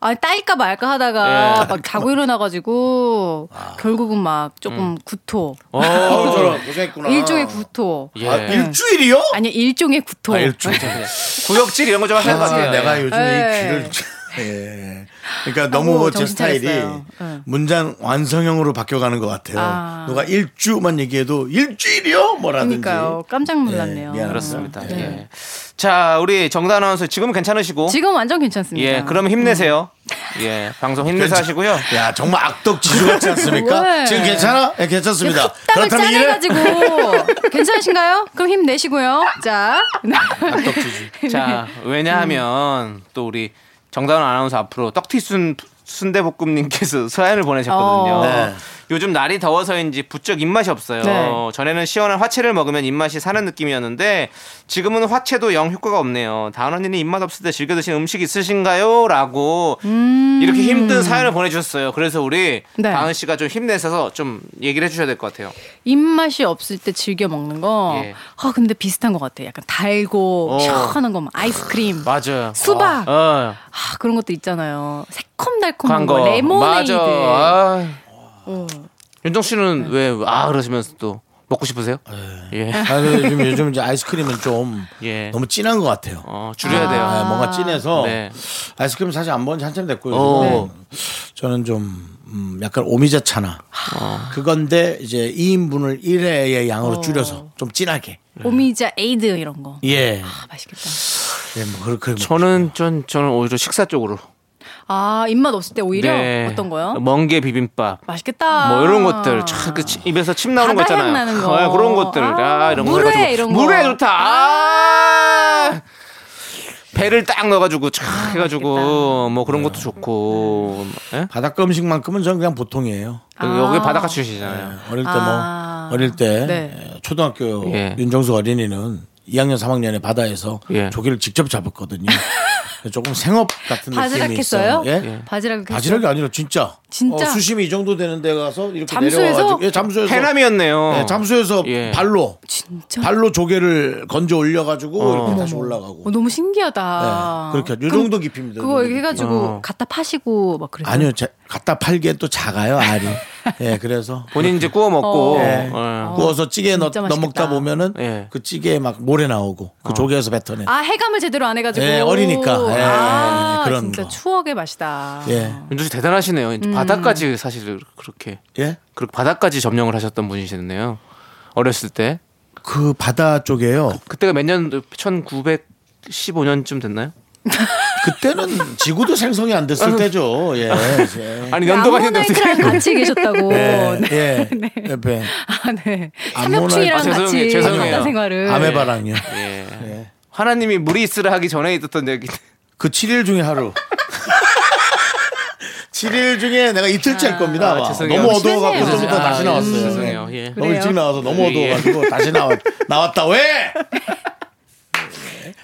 Speaker 7: 아, 딸까 말까 하다가
Speaker 4: 예. 아.
Speaker 7: 막 자고 일어나가지고 결국은 막 조금 구토.
Speaker 4: 어,
Speaker 3: 아우, 저런, 고생했구나.
Speaker 7: 일종의 구토.
Speaker 4: 예.
Speaker 3: 아, 일주일이요?
Speaker 7: 아니, 일종의 구토.
Speaker 4: 구역질 이런 거 좀 하셔야 될 것
Speaker 3: 아,
Speaker 4: 같아요. 예.
Speaker 3: 내가 요즘에 이
Speaker 7: 네.
Speaker 3: 귀를 예. 그러니까 너무
Speaker 7: 아이고, 뭐
Speaker 3: 제
Speaker 7: 정신
Speaker 3: 스타일이
Speaker 7: 차렸어요. 네.
Speaker 3: 문장 완성형으로 바뀌어가는 것 같아요.
Speaker 7: 아.
Speaker 3: 누가 일주만 얘기해도 일주일이요? 뭐라든지.
Speaker 7: 그러니까요. 깜짝 놀랐네요.
Speaker 3: 예, 미안합니다.
Speaker 4: 그렇습니다.
Speaker 7: 네.
Speaker 4: 예. 자 우리 정단 아나운서 지금 은 괜찮으시고
Speaker 7: 지금 음. 완전 괜찮습니다.
Speaker 4: 예 그러면 힘내세요. 예 방송 힘내서 하시고요.
Speaker 3: 야 정말 악덕 지주 같지 않습니까?
Speaker 7: 왜?
Speaker 3: 지금 괜찮아? 예, 괜찮습니다.
Speaker 7: 땀을
Speaker 3: 그렇다면 이래
Speaker 7: 짜내가지고 괜찮으신가요? 그럼 힘 내시고요. 자, 네.
Speaker 4: 자 왜냐하면 또 우리 정다운 아나운서 앞으로 떡튀순 순대볶음님께서 사연을 보내셨거든요.
Speaker 7: 어.
Speaker 3: 네.
Speaker 4: 요즘 날이 더워서인지 부쩍 입맛이 없어요.
Speaker 7: 네.
Speaker 4: 전에는 시원한 화채를 먹으면 입맛이 사는 느낌이었는데 지금은 화채도 영 효과가 없네요. 다은 언니는 입맛 없을 때 즐겨 드시는 음식 있으신가요? 라고 이렇게 힘든 사연을 보내주셨어요. 그래서 우리
Speaker 7: 음. 네.
Speaker 4: 다은 씨가 좀 힘내셔서 좀 얘기를 해주셔야 될 것 같아요.
Speaker 7: 입맛이 없을 때 즐겨 먹는 거.
Speaker 4: 예.
Speaker 7: 아 근데 비슷한 것 같아. 약간 달고
Speaker 4: 어.
Speaker 7: 시원한 거, 막 아이스크림.
Speaker 4: 맞아요.
Speaker 7: 수박!
Speaker 4: 어.
Speaker 7: 아, 그런 것도 있잖아요. 새콤달콤한
Speaker 4: 광고
Speaker 7: 거, 뭐 레모네이드. 어.
Speaker 4: 맞아. 아. 윤정
Speaker 7: 네.
Speaker 4: 씨는 왜 아 그러시면서 또 먹고 싶으세요? 예.
Speaker 3: 아, 근데 요즘, 요즘 이제 아이스크림은 좀
Speaker 4: 예.
Speaker 3: 너무 진한 것 같아요.
Speaker 4: 어, 줄여야 돼요.
Speaker 3: 아, 뭔가 진해서
Speaker 4: 네.
Speaker 3: 아이스크림 사실 안 먹은 지 한참 됐고요. 네.
Speaker 4: 어.
Speaker 3: 저는 좀 음, 약간 오미자차나
Speaker 4: 아.
Speaker 3: 그건데 이제 2인분을 1회의
Speaker 7: 어.
Speaker 3: 양으로 줄여서 좀 진하게
Speaker 7: 오미자 에이드 이런 거.
Speaker 3: 예,
Speaker 7: 아, 맛있겠다.
Speaker 3: 예, 뭐 그렇게 뭐.
Speaker 4: 저는 전 저는 오히려 식사 쪽으로.
Speaker 7: 아, 입맛 없을 때 오히려
Speaker 4: 네.
Speaker 7: 어떤 거요?
Speaker 4: 멍게 비빔밥.
Speaker 7: 맛있겠다.
Speaker 4: 뭐 이런 것들 참그 입에서 침 나오는 거
Speaker 7: 바다
Speaker 4: 있잖아요.
Speaker 7: 향 나는 거.
Speaker 4: 아, 그런 것들. 아,
Speaker 7: 아,
Speaker 4: 이런
Speaker 7: 물회
Speaker 4: 거 해가지고.
Speaker 7: 이런 거.
Speaker 4: 물회 좋다. 아! 배를 딱 넣어가지고 촥
Speaker 7: 아,
Speaker 4: 해가지고 뭐 그런
Speaker 7: 네.
Speaker 4: 것도 좋고. 예?
Speaker 3: 바닷가 음식만큼은 저는 그냥 보통이에요.
Speaker 4: 여기 바닷가 출시잖아요.
Speaker 7: 네.
Speaker 3: 어릴 때 뭐
Speaker 7: 아.
Speaker 3: 어릴 때
Speaker 7: 네.
Speaker 3: 예, 초등학교
Speaker 4: 예.
Speaker 3: 윤정수 어린이는 2학년 3학년에 바다에서
Speaker 4: 예.
Speaker 3: 조개를 직접 잡았거든요. 조금 생업 같은
Speaker 7: 바지락
Speaker 3: 느낌이 있어요. 예?
Speaker 7: 했어요? 바지락 했어요?
Speaker 3: 바지락이 아니라 진짜.
Speaker 7: 그렇죠?
Speaker 3: 어,
Speaker 7: 진짜?
Speaker 3: 수심이 이 정도 되는 데 가서 이렇게
Speaker 7: 잠수해서?
Speaker 3: 내려와가지고 예, 잠수해서
Speaker 4: 해남이었네요.
Speaker 3: 예, 잠수해서
Speaker 4: 예.
Speaker 3: 발로
Speaker 7: 진짜?
Speaker 3: 발로 조개를 건져 올려가지고 이렇게 다시 올라가고.
Speaker 7: 어, 너무 신기하다.
Speaker 3: 네, 그렇게 요
Speaker 7: 그럼
Speaker 3: 정도 깊이입니다. 요
Speaker 7: 그거
Speaker 3: 정도
Speaker 7: 이렇게 해가지고
Speaker 4: 어.
Speaker 7: 갖다 파시고 막 그래요.
Speaker 3: 아니요, 제- 갖다 팔기엔 또 작아요 알이. 예, 그래서
Speaker 4: 본인 이제 구워 먹고.
Speaker 7: 어.
Speaker 3: 예.
Speaker 4: 예.
Speaker 3: 구워서 찌개에 넣,
Speaker 7: 진짜
Speaker 3: 넣 먹다
Speaker 7: 맛있겠다.
Speaker 3: 보면은
Speaker 4: 예.
Speaker 3: 그 찌개에 막 모래 나오고 그 조개에서 뱉어내.
Speaker 7: 아 해감을 제대로 안 해가지고.
Speaker 3: 예, 어리니까. 예,
Speaker 7: 아,
Speaker 3: 그런
Speaker 7: 진짜
Speaker 3: 거.
Speaker 7: 추억의 맛이다.
Speaker 3: 예.
Speaker 4: 윤주 씨 대단하시네요.
Speaker 7: 음.
Speaker 4: 이제 바다까지 사실 그렇게
Speaker 3: 예?
Speaker 4: 그렇게 바다까지 점령을 하셨던 분이시네요. 어렸을 때
Speaker 3: 그 바다 쪽에요.
Speaker 4: 그때가 몇 년도 1915년쯤 됐나요?
Speaker 3: 그때는 지구도 생성이 안 됐을 때죠. 예. 예.
Speaker 4: 아니 연도가 있는데 어떻게?
Speaker 7: 아모나이트랑 같이 계셨다고.
Speaker 3: 예.
Speaker 7: 네.
Speaker 3: 예. 옆에
Speaker 7: 아, 네.
Speaker 3: 아모나이트.
Speaker 7: 삼엽충이랑
Speaker 3: 아,
Speaker 4: 죄송해요.
Speaker 7: 같이
Speaker 4: 죄송해요.
Speaker 7: 바다 생활을.
Speaker 3: 아메바랑요.
Speaker 4: 예. 하나님이 물이 있으라 하기 전에 있었던 얘기.
Speaker 3: 그 7일 중에 하루. 7일 중에 내가 이틀째 할 겁니다. 아마.
Speaker 4: 아, 죄송해요.
Speaker 3: 너무 어두워가지고
Speaker 7: 죄송해요.
Speaker 3: 좀부터 다시
Speaker 4: 아,
Speaker 3: 나왔어요. 네.
Speaker 4: 죄송해요. 예.
Speaker 3: 너무 일찍 나와서 너무
Speaker 4: 예.
Speaker 3: 어두워가지고 다시 나왔, 나왔다. 왜?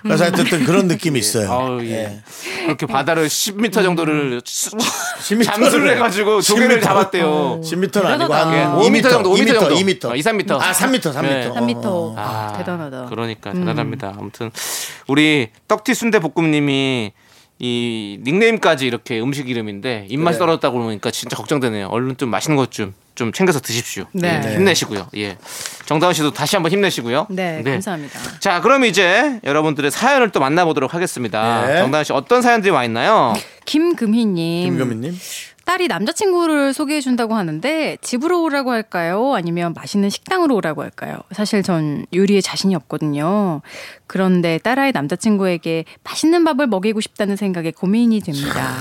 Speaker 3: 그래서 하여튼 그런 느낌이 있어요.
Speaker 4: 아우
Speaker 3: 네.
Speaker 4: 예. 그렇게 바다를 10m 정도를 수- 잠수를
Speaker 3: 10m.
Speaker 4: 해가지고 조개를
Speaker 3: 10m.
Speaker 4: 잡았대요.
Speaker 3: 10m는 아니고 한
Speaker 7: 대단하다.
Speaker 4: 5m
Speaker 3: 5m
Speaker 4: 예. 정도, 5m
Speaker 3: 2m,
Speaker 4: 정도.
Speaker 3: 2m.
Speaker 4: 아, 2, 3m.
Speaker 3: 아, 3m, 3m.
Speaker 4: 네.
Speaker 7: 3미터.
Speaker 3: 어, 어, 어.
Speaker 7: 아, 대단하다.
Speaker 4: 그러니까 대단합니다. 아무튼 우리 떡튀 순대 볶음님이 이 닉네임까지 이렇게 음식 이름인데 입맛 이 떨어졌다고 그러니까 진짜 걱정되네요. 얼른 좀 맛있는 것 좀 좀 챙겨서 드십시오.
Speaker 7: 네.
Speaker 4: 예,
Speaker 7: 네.
Speaker 4: 힘내시고요. 예. 정다은 씨도 다시 한번 힘내시고요.
Speaker 7: 네, 감사합니다.
Speaker 4: 자, 그럼 이제 여러분들의 사연을 또 만나보도록 하겠습니다.
Speaker 3: 네.
Speaker 4: 정다은 씨 어떤 사연들이 와 있나요?
Speaker 7: 김금희님.
Speaker 3: 김금희님.
Speaker 7: 딸이 남자친구를 소개해 준다고 하는데 집으로 오라고 할까요? 아니면 맛있는 식당으로 오라고 할까요? 사실 전 요리에 자신이 없거든요. 그런데 딸아이 남자친구에게 맛있는 밥을 먹이고 싶다는 생각에 고민이 됩니다.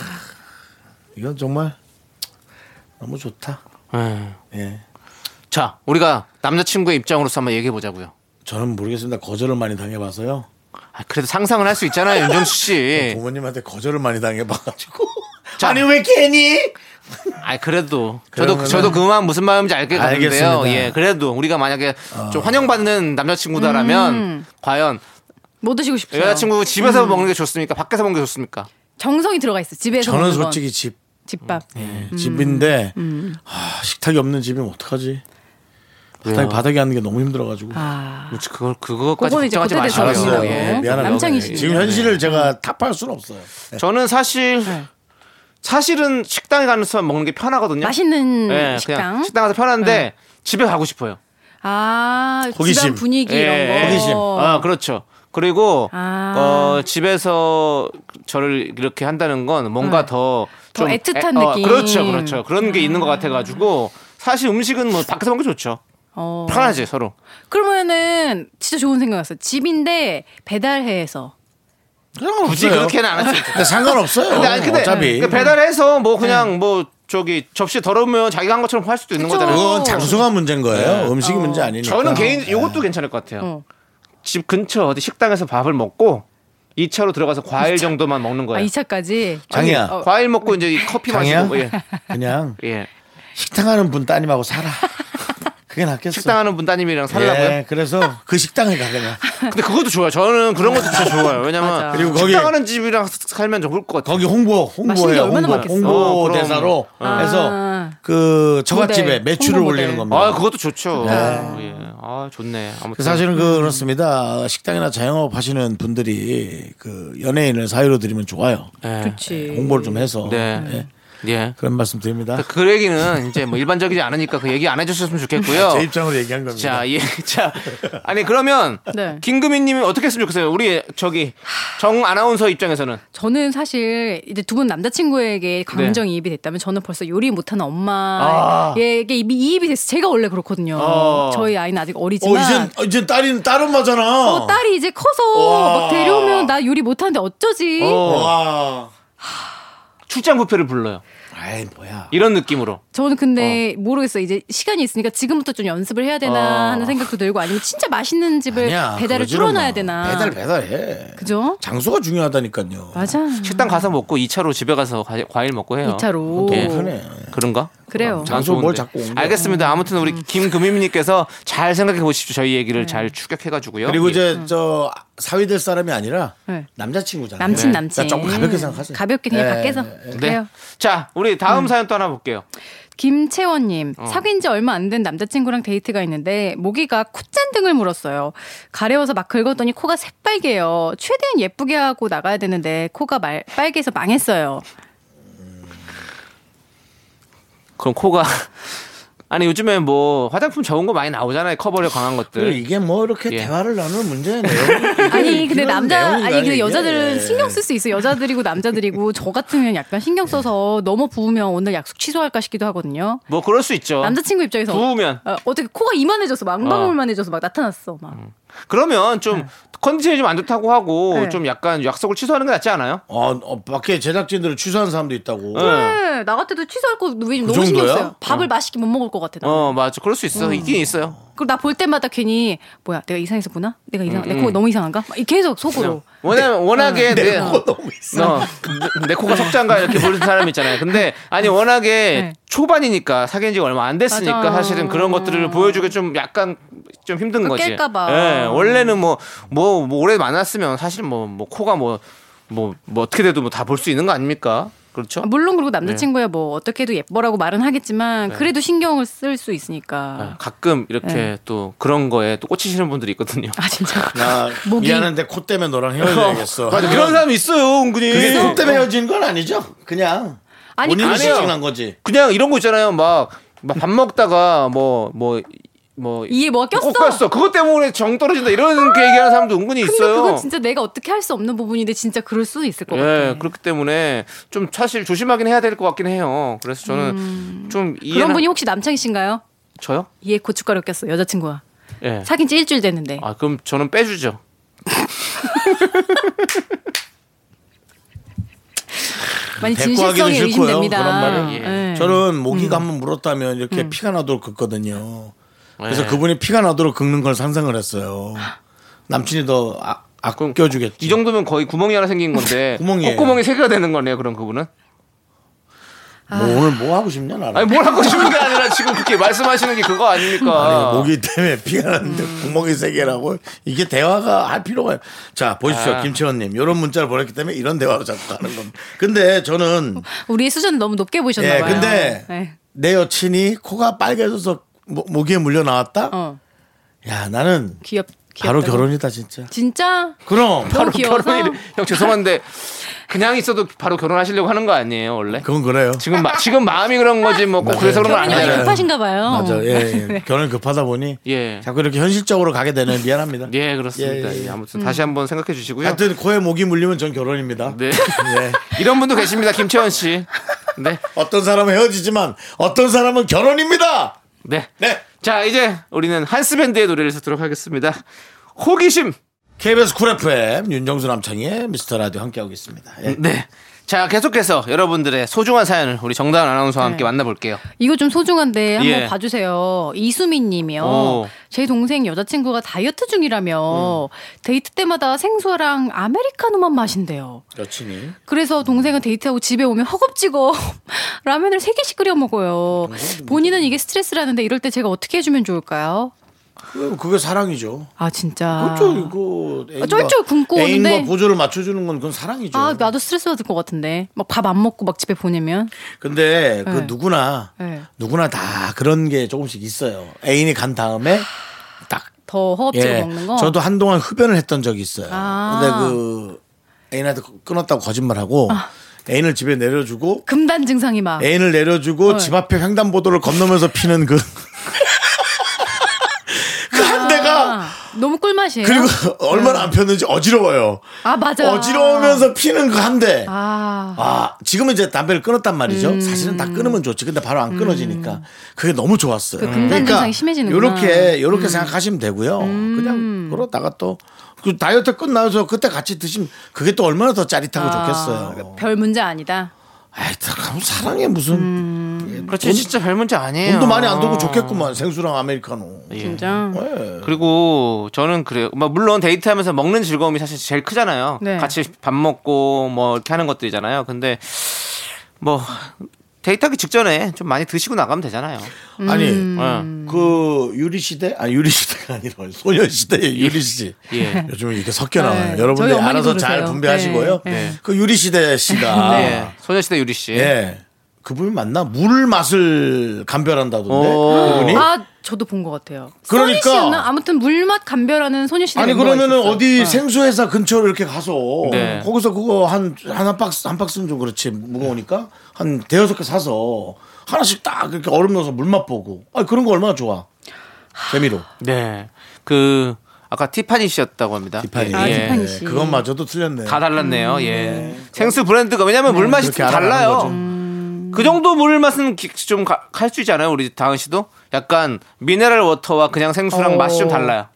Speaker 3: 이건 정말 너무 좋다.
Speaker 4: 예.
Speaker 3: 예.
Speaker 4: 자, 우리가 남자친구의 입장으로서 한번 얘기해 보자고요.
Speaker 3: 저는 모르겠습니다. 거절을 많이 당해봐서요.
Speaker 4: 아, 그래도 상상을 할 수 있잖아요, 윤정수
Speaker 3: 뭐
Speaker 4: 씨.
Speaker 3: 부모님한테 거절을 많이 당해봐가지고.
Speaker 4: 예. 자.
Speaker 3: 아니 왜 괜히?
Speaker 4: 아, 그래도 저도
Speaker 3: 그러면은-
Speaker 4: 저도 그 마음 무슨 마음인지 알게 가는데요.
Speaker 3: 알겠습니다. 어.
Speaker 4: 예, 그래도 우리가 만약에 좀 환영받는 남자친구다라면
Speaker 7: 음.
Speaker 4: 과연
Speaker 7: 못뭐 드시고 싶어요.
Speaker 4: 여자친구
Speaker 7: 음.
Speaker 4: 집에서 먹는 게 좋습니까? 밖에서 먹는 게 좋습니까?
Speaker 7: 정성이 들어가 있어. 집에서
Speaker 3: 저는
Speaker 7: 먹는 건.
Speaker 3: 솔직히 집 예,
Speaker 7: 집밥.
Speaker 4: 음.
Speaker 3: 집인데 아, 식탁이 없는 집이면 어떡하지? 바닥에 바닥에 앉는 게 너무 힘들어가지고.
Speaker 7: 아.
Speaker 4: 그걸 그거까지
Speaker 7: 그거는 이제
Speaker 4: 걱정하지
Speaker 7: 그때
Speaker 4: 마시고요. 네.
Speaker 7: 되죠.
Speaker 3: 알았어요.
Speaker 7: 예.
Speaker 3: 미안합니다.
Speaker 7: 남창이시니까.
Speaker 3: 지금 현실을 제가 탑할 수는 없어요.
Speaker 4: 저는 사실
Speaker 7: 네.
Speaker 4: 사실은 식당에 가면서 먹는 게 편하거든요.
Speaker 7: 맛있는
Speaker 4: 예,
Speaker 7: 식당. 네.
Speaker 4: 그냥 식당 가서 편한데 집에 가고 싶어요.
Speaker 7: 아,
Speaker 3: 호기심.
Speaker 7: 집안 분위기
Speaker 4: 예.
Speaker 7: 이런 거. 어.
Speaker 3: 호기심.
Speaker 4: 아, 그렇죠. 그리고
Speaker 7: 아.
Speaker 4: 어, 집에서 저를 이렇게 한다는 건 뭔가 더
Speaker 7: 네. 더
Speaker 4: 좀
Speaker 7: 애틋한 느낌. 아.
Speaker 4: 그렇죠, 그렇죠. 그런 게 있는 것 같아가지고 사실 음식은 뭐 밖에서 먹는 게 좋죠.
Speaker 7: 어.
Speaker 4: 편하지 서로.
Speaker 7: 그러면은 진짜 좋은 생각 났어. 집인데 배달해서.
Speaker 4: 굳이 그렇게는 안 하죠.
Speaker 3: 근데 상관없어요.
Speaker 4: 근데 아니 근데
Speaker 3: 어차피
Speaker 4: 그 배달해서 뭐
Speaker 7: 네.
Speaker 4: 그냥 뭐 저기 접시 더러우면 자기가 한 것처럼 할 수도 있는
Speaker 7: 그쵸.
Speaker 4: 거잖아요.
Speaker 3: 그건 장소가 문제인 거예요. 음식이 문제 아니니까.
Speaker 4: 어. 네.
Speaker 3: 네.
Speaker 4: 저는 개인 이것도 괜찮을 것 같아요.
Speaker 7: 어.
Speaker 4: 집 근처 어디 식당에서 밥을 먹고 2차로 들어가서 과일 정도만 먹는
Speaker 7: 아,
Speaker 4: 거예요.
Speaker 7: 2차까지.
Speaker 3: 네. 장이야.
Speaker 4: 어. 과일 먹고 이제 이 커피
Speaker 3: 아. 장이야?
Speaker 4: 마시고 예.
Speaker 3: 그냥
Speaker 4: 예.
Speaker 3: 식당 하는 분 따님하고 살아. 그게 낫겠어.
Speaker 4: 식당 하는 분 따님이랑 살라고요.
Speaker 3: 예, 그래서 그 식당에 가 그냥.
Speaker 4: 근데 그것도 좋아요. 저는 그런 것도 진짜 좋아요. 왜냐면
Speaker 7: 맞아.
Speaker 3: 그리고 거기-
Speaker 4: 식당 하는 집이랑 살면 좋을 것 같아요.
Speaker 3: 거기 홍보
Speaker 7: 맛있는 게
Speaker 3: 홍보예요.
Speaker 7: 얼마나
Speaker 3: 홍보,
Speaker 7: 많겠어.
Speaker 4: 어,
Speaker 3: 홍보
Speaker 4: 그럼.
Speaker 3: 대사로
Speaker 4: 어.
Speaker 3: 해서
Speaker 7: 아.
Speaker 3: 그 처갓집에
Speaker 7: 모델,
Speaker 3: 매출을
Speaker 7: 홍보
Speaker 3: 올리는
Speaker 7: 모델.
Speaker 3: 겁니다.
Speaker 4: 아, 그것도 좋죠. 예. 아, 좋네.
Speaker 3: 뭐. 네. 그
Speaker 4: 아무튼
Speaker 3: 사실은 그 그렇습니다. 식당이나 자영업 하시는 분들이 그 연예인을 사유로 드리면 좋아요.
Speaker 4: 예.
Speaker 7: 그렇지.
Speaker 3: 홍보를 좀 해서
Speaker 4: 네. 예.
Speaker 3: 그런 말씀 드립니다.
Speaker 4: 그 얘기는 이제 뭐 일반적이지 않으니까 그 얘기 안 해주셨으면 좋겠고요.
Speaker 3: 제 입장으로 얘기한 겁니다.
Speaker 4: 자, 예, 자, 아니 그러면
Speaker 7: 네.
Speaker 4: 김금희님이 어떻게 했으면 좋겠어요? 우리 저기 정 아나운서 입장에서는
Speaker 7: 저는 사실 이제 두 분 남자친구에게 감정
Speaker 3: 네.
Speaker 7: 이입이 됐다면 저는 벌써 요리 못하는
Speaker 3: 아.
Speaker 7: 엄마에게 이미 이입이 됐어요. 제가 원래 그렇거든요.
Speaker 4: 아.
Speaker 7: 저희 아이는 아직
Speaker 3: 어,
Speaker 7: 어리지만
Speaker 3: 이젠, 어, 이젠 딸이, 딸 엄마잖아.
Speaker 7: 어, 딸이 이제 커서
Speaker 3: 와.
Speaker 7: 막 데려오면 나 요리 못하는데 어쩌지?
Speaker 3: 와.
Speaker 4: 출장 부페를 불러요.
Speaker 3: 아이, 뭐야.
Speaker 4: 이런 느낌으로.
Speaker 7: 저는 근데 모르겠어요. 이제 시간이 있으니까 지금부터 좀 연습을 해야 되나
Speaker 4: 어.
Speaker 7: 하는 생각도 들고 아니면 진짜 맛있는 집을
Speaker 3: 아니야,
Speaker 7: 배달을
Speaker 3: 그러지는
Speaker 7: 줄여놔야
Speaker 3: 마.
Speaker 7: 되나.
Speaker 3: 배달, 배달해.
Speaker 7: 그죠?
Speaker 3: 장소가 중요하다니까요.
Speaker 7: 맞아.
Speaker 4: 식당 가서 먹고 2차로 집에 가서 과- 과일 먹고 해요.
Speaker 7: 2차로.
Speaker 4: 예.
Speaker 3: 어, 편해.
Speaker 4: 그런가?
Speaker 7: 그래요.
Speaker 4: 아,
Speaker 3: 장소 뭘
Speaker 4: 좋은데.
Speaker 3: 자꾸 옮겨.
Speaker 4: 알겠습니다.
Speaker 7: 음.
Speaker 4: 아무튼 우리 김금희님께서 잘 생각해 보십시오. 저희 얘기를 잘
Speaker 7: 음.
Speaker 4: 추격해가지고요.
Speaker 3: 그리고
Speaker 4: 예.
Speaker 3: 이제 저 사위 될 사람이 아니라
Speaker 7: 네.
Speaker 3: 남자친구잖아요.
Speaker 7: 남친
Speaker 3: 네.
Speaker 7: 남친. 음.
Speaker 3: 그러니까 조금 가볍게 생각하세요.
Speaker 7: 가볍게 그냥
Speaker 3: 예,
Speaker 7: 밖에서.
Speaker 3: 예,
Speaker 7: 그래요.
Speaker 4: 네. 자, 우리 다음 사연 또 하나 볼게요.
Speaker 7: 김채원님
Speaker 3: 어.
Speaker 7: 사귄 지 얼마 안 된 남자친구랑 데이트가 있는데 모기가 콧잔 등을 물었어요. 가려워서 막 긁었더니 코가 새빨개요. 최대한 예쁘게 하고 나가야 되는데 코가 말, 빨개서 망했어요.
Speaker 4: 그럼 코가 아니 요즘에 뭐 화장품 좋은 거 많이 나오잖아요. 커버력 강한
Speaker 3: 그리고
Speaker 4: 것들.
Speaker 3: 이게 뭐 이렇게
Speaker 4: 예.
Speaker 3: 대화를 나누는 문제네요.
Speaker 7: 네. 아니 근데 남자 아니 근데
Speaker 4: 네.
Speaker 7: 여자들은 신경
Speaker 3: 쓰
Speaker 7: 쓸 수 있어. 여자들이고 남자들이고 저 같으면 약간 신경 써서 너무 부으면 오늘 약속 취소할까 싶기도 하거든요.
Speaker 4: 뭐 그럴 수 있죠.
Speaker 7: 남자친구 입장에서
Speaker 4: 부으면.
Speaker 7: 어, 어떻게 코가 이만해져서 망방울만해져서 막 나타났어 막.
Speaker 4: 음. 그러면 좀
Speaker 3: 네.
Speaker 4: 컨디션이 좀 안 좋다고 하고
Speaker 7: 네.
Speaker 4: 좀 약간 약속을 취소하는 게 낫지 않아요?
Speaker 3: 어, 어, 밖에 제작진들을 취소한 사람도 있다고.
Speaker 7: 네, 나 같아도 취소할 거 너무
Speaker 3: 정도야?
Speaker 7: 신경 써요. 밥을 맛있게 못 먹을 것 같아. 나.
Speaker 4: 그 어 맞아 그럴 수
Speaker 7: 음.
Speaker 4: 있어 있긴 있어요.
Speaker 7: 그리고 나 볼 때마다 괜히 뭐야 내가 이상했었구나? 내가 이상
Speaker 4: 음,
Speaker 7: 내 코가 너무 이상한가? 막 계속 속으로.
Speaker 4: 워낙
Speaker 3: 네. 음.
Speaker 4: 워낙에 네. 내,
Speaker 3: 그거 너무 있어.
Speaker 4: 어, 내- 내 코가 석장가 이렇게 보는 사람 있잖아요. 근데 아니 워낙에
Speaker 7: 네.
Speaker 4: 초반이니까 사귄 지 얼마 안 됐으니까
Speaker 7: 맞아.
Speaker 4: 사실은 그런 것들을 보여주기 좀 약간 좀 힘든 거지.
Speaker 7: 깰까 봐.
Speaker 4: 예, 원래는 뭐 뭐 오래 만났으면 사실 뭐 뭐 코가 뭐 뭐 뭐 어떻게 돼도 뭐 다 볼 수 있는 거 아닙니까? 그렇죠?
Speaker 7: 물론 그리고 남자친구야 뭐 어떻게 해도 예뻐라고 말은 하겠지만
Speaker 4: 네.
Speaker 7: 그래도 신경을 쓸 수
Speaker 4: 예,
Speaker 7: 있으니까.
Speaker 4: 가끔 이렇게
Speaker 7: 네.
Speaker 4: 또 그런 거에 또 꽂히시는 분들이 있거든요.
Speaker 7: 아 진짜.
Speaker 3: 나
Speaker 7: 목이-
Speaker 3: 미안한데 코 때문에 너랑 헤어져야겠어.
Speaker 4: 맞아 그런 사람 있어요 은근히
Speaker 3: 그게 코 때문에 헤어진 건 아니죠? 그냥
Speaker 7: 아니
Speaker 3: 본인이
Speaker 4: 아니에요.
Speaker 3: 실증난 거지.
Speaker 4: 그냥 이런 거 있잖아요 막 밥 먹다가 뭐 뭐 뭐
Speaker 7: 이에 뭐가 꼈어?
Speaker 4: 꼭 갔어 그것 때문에 정 떨어진다 이런 그 얘기하는 사람도 은근히
Speaker 7: 근데
Speaker 4: 있어요
Speaker 7: 그건 진짜 내가 어떻게 할 수 없는 부분인데 진짜 그럴 수도 있을 것
Speaker 4: 예
Speaker 7: 같아.
Speaker 4: 그렇기 때문에 좀 사실 조심하긴 해야 될 것 같긴 해요 그래서 저는 좀 이해
Speaker 7: 음. 그런 분이 혹시 남창희 씨인가요?
Speaker 4: 저요
Speaker 7: 이에 고춧가루 꼈어 여자친구가
Speaker 4: 네. 예아
Speaker 7: 사귄 지 일주일 됐는데
Speaker 4: 그럼 저는 빼주죠
Speaker 7: 많이
Speaker 3: 대꾸하기도
Speaker 7: 진실성이
Speaker 3: 싫고요,
Speaker 7: 의심됩니다.
Speaker 3: 그런 말은.
Speaker 4: 예.
Speaker 7: 예.
Speaker 3: 저는 모기가 한번 물었다면 이렇게 피가 나도록 긁거든요. 그래서 그분이 피가 나도록 긁는 걸 상상을 했어요. 남친이 더 아, 아껴주겠지.
Speaker 4: 이 정도면 거의 구멍이 하나 생긴 건데
Speaker 3: 구멍이에요.
Speaker 4: 콧구멍이 세 개가 되는 거네요. 그럼 그분은
Speaker 3: 뭐 오늘 뭐 하고 싶냐 나랑.
Speaker 4: 아니 뭘 하고 싶은 게 아니라 지금 그렇게 말씀하시는 게 그거 아닙니까?
Speaker 3: 아니, 뭐 모기 때문에 피가 나는데 구멍이 세 개라고 이게 대화가 할 필요가 자 보십시오
Speaker 4: 아.
Speaker 3: 김채원님 이런 문자를 보냈기 때문에 이런 대화로 자꾸 가는 겁니다. 근데 저는
Speaker 7: 우리의 수준 너무 높게 보이셨나
Speaker 3: 예
Speaker 7: 봐요.
Speaker 3: 근데
Speaker 7: 네.
Speaker 3: 내 여친이 코가 빨개져서 모, 모기에 물려 나왔다.
Speaker 7: 어
Speaker 3: 야 나는
Speaker 7: 귀엽 귀엽다.
Speaker 3: 바로 결혼이다 진짜.
Speaker 7: 진짜
Speaker 3: 그럼
Speaker 7: 너무 귀여워서
Speaker 4: 결혼이 형 죄송한데 그냥 있어도 바로 결혼하시려고 하는 거 아니에요 원래?
Speaker 3: 그건 그래요.
Speaker 4: 지금 마, 지금 마음이 그런 거지 뭐 꼭 그래서 그런 건
Speaker 7: 결혼이 많이
Speaker 4: 아니잖아요.
Speaker 7: 급하신가 봐요.
Speaker 3: 맞아. 예,
Speaker 7: 네.
Speaker 3: 예. 결혼 급하다 보니
Speaker 4: 예.
Speaker 3: 자꾸 이렇게 현실적으로 가게 되는 미안합니다.
Speaker 4: 예 그렇습니다.
Speaker 3: 예, 예, 예.
Speaker 4: 예, 아, 네. 아무튼
Speaker 7: 음.
Speaker 4: 다시 한번 생각해 주시고요.
Speaker 3: 하여튼 코에 모기 물리면 전 결혼입니다.
Speaker 4: 네.
Speaker 3: 예.
Speaker 4: 이런 분도 계십니다. 김채원 씨. 네.
Speaker 3: 어떤 사람은 헤어지지만 어떤 사람은 결혼입니다.
Speaker 4: 네.
Speaker 3: 네.
Speaker 4: 자, 이제 우리는 한스밴드의 노래를 듣도록 하겠습니다. 호기심.
Speaker 3: KBS 쿨 FM 윤정수 남창희의 미스터 라디오 함께하고 있습니다. 예.
Speaker 4: 네. 자, 계속해서 여러분들의 소중한 사연을 우리 정다은 아나운서와 함께
Speaker 7: 네.
Speaker 4: 만나볼게요.
Speaker 7: 이거 좀 소중한데 한번
Speaker 4: 예.
Speaker 7: 봐주세요. 이수민님이요.
Speaker 4: 오.
Speaker 7: 제 동생 여자친구가 다이어트 중이라며 데이트 때마다 생수랑 아메리카노만 마신대요.
Speaker 3: 여친이
Speaker 7: 그래서 동생은 데이트하고 집에 오면 허겁지겁 라면을 세 개씩 끓여 먹어요. 본인은 이게 스트레스라는데 이럴 때 제가 어떻게 해주면 좋을까요?
Speaker 3: 그럼 그게 사랑이죠.
Speaker 7: 아 진짜.
Speaker 3: 그렇죠. 이거 애인과-
Speaker 7: 쫄쫄 굶고
Speaker 3: 애인과
Speaker 7: 오는데.
Speaker 3: 보조를 맞춰주는 건 그건 사랑이죠.
Speaker 7: 아 나도 스트레스 받을 것 같은데 막 밥 안 먹고 막 집에 보내면
Speaker 3: 근데 그
Speaker 7: 네.
Speaker 3: 누구나
Speaker 7: 네.
Speaker 3: 누구나 다 그런 게 조금씩 있어요. 애인이 간 다음에 딱
Speaker 7: 더 허겁지겁
Speaker 3: 예,
Speaker 7: 먹는 거.
Speaker 3: 저도 한동안 흡연을 했던 적이 있어요.
Speaker 7: 아.
Speaker 3: 근데 그 애인한테 끊었다고 거짓말하고
Speaker 7: 아.
Speaker 3: 애인을 집에 내려주고
Speaker 7: 금단 증상이 막.
Speaker 3: 애인을 내려주고 집 앞에 횡단보도를 건너면서 피는 그. 그 한 대가
Speaker 7: 아, 네. 너무 꿀맛이에요.
Speaker 3: 그리고 얼마나 안 폈는지 어지러워요.
Speaker 7: 아 맞아.
Speaker 3: 어지러우면서 피는 그 한 대. 아.
Speaker 7: 아
Speaker 3: 지금은 이제 담배를 끊었단 말이죠.
Speaker 7: 음.
Speaker 3: 사실은 다 끊으면 좋지. 근데 바로 안 끊어지니까 그게 너무 좋았어요. 그러니까
Speaker 7: 그 금단 증상이 심해지는구나. 음.
Speaker 3: 요렇게 요렇게 생각하시면 되고요. 그냥 그러다가 또 그 다이어트 끝나서 그때 같이 드시면 그게 또 얼마나 더 짜릿하고
Speaker 7: 아,
Speaker 3: 좋겠어요.
Speaker 7: 별 문제 아니다.
Speaker 3: 아이, 그럼 사랑에 무슨
Speaker 7: 음.
Speaker 4: 그렇죠. 진짜 별 문제 아니에요.
Speaker 3: 돈도 많이 안 들고 좋겠구만 생수랑 아메리카노.
Speaker 4: 예.
Speaker 7: 진짜.
Speaker 3: 예.
Speaker 4: 그리고 저는 그래요. 막 물론 데이트하면서 먹는 즐거움이 사실 제일 크잖아요.
Speaker 7: 네.
Speaker 4: 같이 밥 먹고 뭐 이렇게 하는 것들이잖아요. 근데 뭐 데이트하기 직전에 좀 많이 드시고 나가면 되잖아요.
Speaker 7: 음.
Speaker 3: 아니
Speaker 4: 예.
Speaker 3: 그 유리 시대 아 유리 시대가 아니라 소녀 시대의 유리 씨.
Speaker 4: 예.
Speaker 3: 요즘 이렇게 섞여 나와요.
Speaker 7: 네,
Speaker 3: 여러분들
Speaker 7: 저희 어머니도
Speaker 3: 알아서 잘
Speaker 7: 그러세요.
Speaker 3: 분배하시고요.
Speaker 7: 네, 네.
Speaker 3: 그 유리 시대 씨가
Speaker 4: 예. 소녀시대 유리 씨.
Speaker 3: 예. 그분이 맞나? 물 맛을 감별한다던데.
Speaker 4: 오.
Speaker 3: 그분이?
Speaker 7: 아 저도 본 것 같아요.
Speaker 3: 그러니까.
Speaker 7: 소니 씨였나? 아무튼 물맛 감별하는 소녀 씨.
Speaker 3: 아니 그러면은 어디 생수회사 근처로 이렇게 가서
Speaker 4: 네.
Speaker 3: 거기서 그거 한 하나 박스 한 박스는 좀 그렇지 무거우니까 한 대여섯 개 사서 하나씩 딱 이렇게 얼음 넣어서 물 맛보고 아 그런 거 얼마나 좋아 재미로
Speaker 7: 아,
Speaker 4: 네. 그 아까 티파니 씨였다고 합니다.
Speaker 3: 디파니
Speaker 7: 아,
Speaker 4: 예.
Speaker 7: 티파니 씨.
Speaker 3: 그것마저도 틀렸네
Speaker 4: 다 달랐네요. 예. 생수 브랜드가 왜냐면 물 맛이
Speaker 3: 네, 그렇게
Speaker 4: 좀
Speaker 3: 알아가는 거죠.
Speaker 4: 달라요. 그 정도 물 맛은 기- 좀 가- 할수 있지 않아요? 우리 다은 씨도 약간 미네랄 워터와 그냥 생수랑
Speaker 7: 어.
Speaker 4: 맛이 좀 달라요.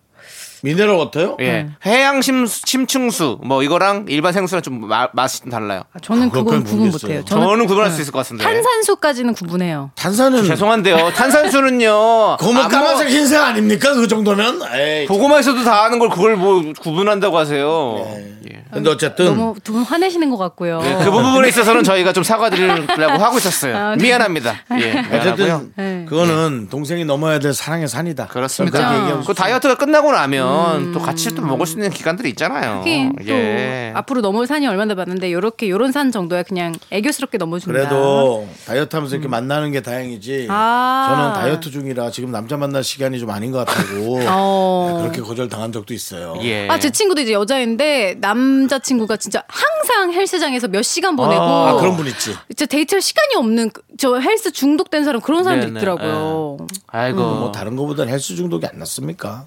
Speaker 3: 미네랄 워터요?
Speaker 4: 예. 해양 심, 심층수 뭐 이거랑 일반 생수랑 좀 마- 맛이 좀 달라요.
Speaker 7: 아, 저는
Speaker 3: 아, 그건
Speaker 7: 그건 구분
Speaker 3: 모르겠어요.
Speaker 7: 못해요.
Speaker 4: 저는, 구분할 수 있을 것 같은데.
Speaker 7: 탄산수까지는 구분해요.
Speaker 3: 탄산은
Speaker 4: 죄송한데요. 탄산수는요.
Speaker 3: 그거 뭐
Speaker 4: 아무-
Speaker 3: 까만색 흰색 아닙니까 그 정도면 에이
Speaker 4: 보고만 있어도 다 아는 걸 그걸 뭐 구분한다고 하세요.
Speaker 3: 네.
Speaker 4: 예.
Speaker 3: 근데 어쨌든
Speaker 7: 너무 두 분 화내시는 것 같고요.
Speaker 3: 네,
Speaker 4: 예, 그 부분에 있어서는 저희가 좀 사과드리려고 하고 있었어요.
Speaker 7: 아,
Speaker 4: 미안합니다. 예, 미안하고요.
Speaker 3: 어쨌든
Speaker 7: 네.
Speaker 3: 그거는 동생이 넘어야 될 사랑의 산이다
Speaker 4: 그렇습니다.
Speaker 3: 그렇게
Speaker 7: 그렇죠.
Speaker 3: 얘기하고
Speaker 4: 그 다이어트가 끝나고 나면 또 같이 또 먹을 수 있는 기간들이 있잖아요.
Speaker 7: 음. 하긴 또
Speaker 4: 예.
Speaker 7: 앞으로 넘어올 산이 얼마나 남았는데 요렇게 요런 산 정도야 그냥 애교스럽게 넘어준다.
Speaker 3: 그래도 다이어트 하면서
Speaker 4: 음.
Speaker 3: 이렇게 만나는 게 다행이지.
Speaker 7: 아.
Speaker 3: 저는 다이어트 중이라 지금 남자 만날 시간이 좀 아닌 것 같다고
Speaker 7: 어.
Speaker 3: 네, 그렇게 거절 당한 적도 있어요.
Speaker 4: 예.
Speaker 7: 아, 제 친구도 이제 여자인데 남자친구가 진짜 항상 헬스장에서 몇 시간 보내고
Speaker 3: 아,
Speaker 4: 어.
Speaker 3: 그런 분 있지.
Speaker 7: 진짜 데이트할 시간이 없는 그- 저 헬스 중독된 사람 그런 사람도
Speaker 4: 네네,
Speaker 7: 있더라고요.
Speaker 4: 아이고
Speaker 3: 뭐 다른 거보다 헬스 중독이 안 났습니까?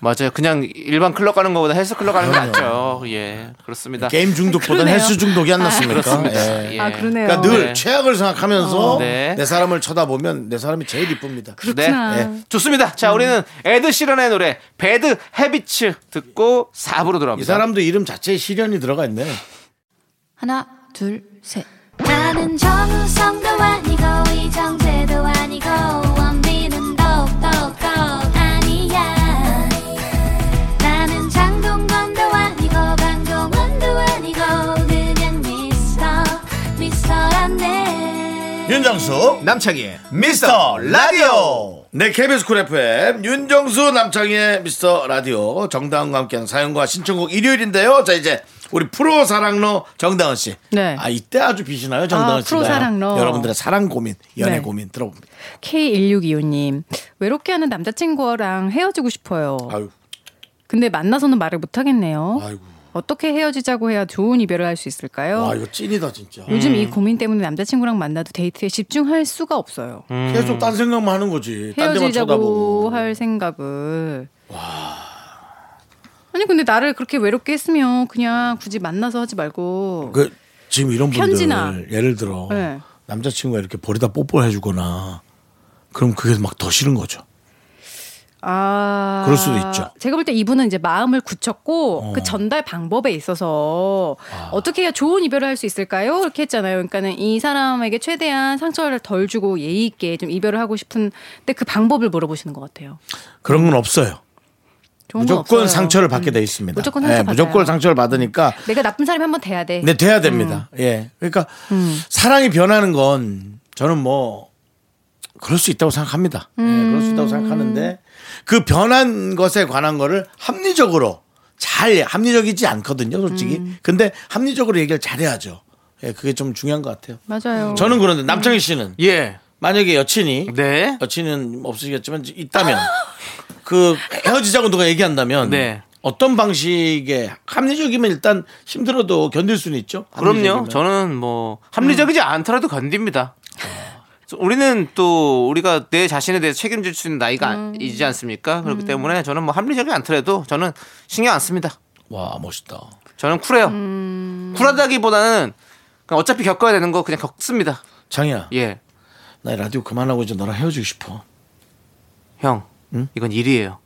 Speaker 4: 맞아요. 그냥 일반 클럽 가는 것보다 헬스 클럽 가는 게 낫죠. 예, 그렇습니다.
Speaker 3: 게임 중독보다
Speaker 7: 그러네요.
Speaker 3: 헬스 중독이 안 났습니까?
Speaker 4: 아, 그렇습니다.
Speaker 3: 예.
Speaker 4: 예.
Speaker 7: 아 그러네요.
Speaker 3: 그러니까 늘
Speaker 4: 네.
Speaker 3: 최악을 생각하면서
Speaker 4: 어. 네.
Speaker 3: 내 사람을 쳐다보면 내 사람이 제일 이쁩니다.
Speaker 7: 그렇구나.
Speaker 4: 네. 예. 좋습니다.
Speaker 3: 음.
Speaker 4: 자, 우리는 에드 시런의 노래 배드 헤비츠 듣고 4부로
Speaker 3: 이
Speaker 4: 돌아옵니다.
Speaker 3: 사람도 이름 자체에 시련이 들어가 있네.
Speaker 7: 하나 둘 셋.
Speaker 8: 나는 정우성도 아니고 이정재도 아니고 원빈은 더욱더 아니야 나는 장동건도 아니고 강동원도 아니고 그냥 미스터 미스터란데
Speaker 3: 윤정수
Speaker 4: 남창희의
Speaker 3: 미스터 라디오 네 KBS 쿨 FM 윤정수 남창희의 미스터 라디오 정다은과 함께한 사연과 신청곡 일요일인데요 자 이제 우리 프로 사랑로 정다은 씨.
Speaker 7: 네.
Speaker 3: 아 이때 아주 비시나요 정다은
Speaker 7: 아,
Speaker 3: 씨가.
Speaker 7: 프로 사랑로.
Speaker 3: 여러분들의 사랑 고민, 연애
Speaker 7: 네.
Speaker 3: 고민 들어봅니다.
Speaker 7: K1625님 외롭게 하는 남자친구랑 헤어지고 싶어요.
Speaker 3: 아유,
Speaker 7: 근데 만나서는 말을 못 하겠네요.
Speaker 3: 아이고.
Speaker 7: 어떻게 헤어지자고 해야 좋은 이별을 할 수 있을까요?
Speaker 3: 와 음. 이거 찐이다 진짜.
Speaker 7: 요즘 이 고민 때문에 남자친구랑 만나도 데이트에 집중할 수가 없어요.
Speaker 3: 계속 딴 생각만 하는 거지. 음, 딴 데만
Speaker 7: 음. 헤어지자고
Speaker 3: 쳐다보고.
Speaker 7: 할 생각을. 아니 근데 나를 그렇게 외롭게 했으면 그냥 굳이 만나서 하지 말고.
Speaker 3: 그 지금 이런 분들
Speaker 7: 편지나.
Speaker 3: 예를 들어
Speaker 7: 네.
Speaker 3: 남자친구가 이렇게 볼에다 뽀뽀해 주거나 그럼 그게 막 더 싫은 거죠.
Speaker 7: 아.
Speaker 3: 그럴 수도 있죠. 어.
Speaker 7: 제가 볼 때 이분은 이제 마음을 굳혔고 그 전달 방법에 있어서
Speaker 3: 아.
Speaker 7: 어떻게 해야 좋은 이별을 할 수 있을까요? 이렇게 했잖아요. 그러니까는 이 사람에게 최대한 상처를 덜 주고 예의 있게 좀 이별을 하고 싶은데 그 방법을 물어보시는 것 같아요.
Speaker 3: 그런 건 없어요.
Speaker 7: 좋은 건
Speaker 3: 무조건
Speaker 7: 없어요.
Speaker 3: 상처를 받게
Speaker 7: 음.
Speaker 3: 돼 있습니다.
Speaker 7: 무조건 상처
Speaker 3: 예,
Speaker 7: 받아요. 음.
Speaker 3: 무조건 상처를 받으니까
Speaker 7: 내가 나쁜 사람이 한번 돼야 돼.
Speaker 3: 네 돼야 됩니다.
Speaker 7: 음.
Speaker 3: 예, 그러니까 사랑이 변하는 건 저는 뭐 그럴 수 있다고 생각합니다. 예, 그럴 수
Speaker 7: 음.
Speaker 3: 있다고 생각하는데 그 변한 것에 관한 거를 합리적으로 잘 합리적이지 않거든요, 솔직히.
Speaker 7: 음.
Speaker 3: 근데 합리적으로 얘기를 잘해야죠. 예, 그게 좀 중요한 것 같아요.
Speaker 7: 맞아요.
Speaker 3: 저는 그런데 남창희 씨는
Speaker 4: 예.
Speaker 3: 만약에 여친이
Speaker 4: 네.
Speaker 3: 여친은 없으시겠지만 있다면 그 헤어지자고 누가 얘기한다면
Speaker 4: 네.
Speaker 3: 어떤 방식의 합리적이면 일단 힘들어도 견딜 수는 있죠.
Speaker 4: 그럼요.
Speaker 3: 합리적이면.
Speaker 4: 저는 뭐 합리적이지 않더라도 견딥니다. 저- 우리는 또 우리가 내 자신에 대해서 책임질 수 있는 나이가
Speaker 3: 음.
Speaker 4: 아- 이지 않습니까? 그렇기 때문에 저는 뭐 합리적이 않더라도 저는 신경 안 씁니다.
Speaker 3: 와 멋있다.
Speaker 4: 저는 쿨해요.
Speaker 3: 음.
Speaker 4: 쿨하다기보다는 그냥 어차피 겪어야 되는 거 그냥 겪습니다.
Speaker 3: 장이야,
Speaker 4: 예,
Speaker 3: 나 라디오 그만하고 이제 너랑 헤어지고 싶어.
Speaker 4: 형,
Speaker 3: 음?
Speaker 4: 이건 일이에요.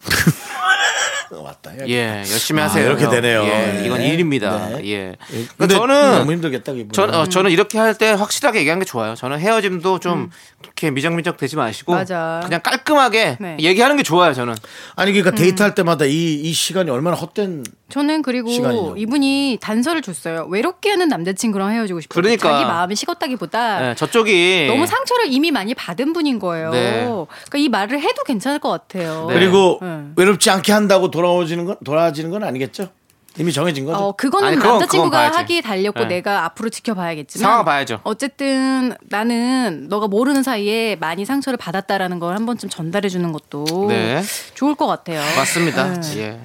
Speaker 3: 어, 왔다.
Speaker 4: 예, 열심히 하세요.
Speaker 3: 아, 이렇게
Speaker 4: 형.
Speaker 3: 되네요.
Speaker 4: 예, 이건
Speaker 3: 네.
Speaker 4: 일입니다.
Speaker 3: 네.
Speaker 4: 예.
Speaker 3: 예,
Speaker 4: 근데
Speaker 3: 너무
Speaker 4: 저는
Speaker 3: 힘들겠다 이분.
Speaker 4: 저는
Speaker 7: 음.
Speaker 4: 어, 저는 이렇게 할 때 확실하게 얘기한 게 좋아요. 저는 헤어짐도 좀 이렇게 미적미적 되지 마시고
Speaker 7: 맞아.
Speaker 4: 그냥 깔끔하게
Speaker 7: 네.
Speaker 4: 얘기하는 게 좋아요. 저는
Speaker 3: 아니 그러니까
Speaker 7: 음.
Speaker 3: 데이트할 때마다 이 이 시간이 얼마나 헛된
Speaker 4: 네.
Speaker 7: 저는 그리고
Speaker 3: 시간이죠.
Speaker 7: 이분이 단서를 줬어요. 외롭게 하는 남자친구랑 헤어지고 싶어요.
Speaker 4: 그러니까.
Speaker 7: 자기 마음이 식었다기보다
Speaker 4: 예, 저쪽이
Speaker 7: 아, 너무 상처를 이미 많이 받은 분인 거예요.
Speaker 4: 네.
Speaker 7: 그러니까 이 말을 해도 괜찮을 것 같아요.
Speaker 4: 네.
Speaker 3: 그리고
Speaker 7: 네.
Speaker 3: 외롭지 않게 한다고 돌아오지는 건 돌아지는 건 아니겠죠? 이미 정해진 거죠.
Speaker 7: 어, 그거는
Speaker 4: 아니, 그건-
Speaker 7: 남자친구가
Speaker 4: 그건 봐야지.
Speaker 7: 하기에 달렸고
Speaker 4: 네.
Speaker 7: 내가 앞으로 지켜봐야겠지만
Speaker 4: 상황 봐야죠.
Speaker 7: 어쨌든 나는 너가 모르는 사이에 많이 상처를 받았다라는 걸 한 번쯤 전달해 주는 것도
Speaker 4: 네.
Speaker 7: 좋을 것 같아요.
Speaker 4: 맞습니다.
Speaker 7: 네.
Speaker 4: 예.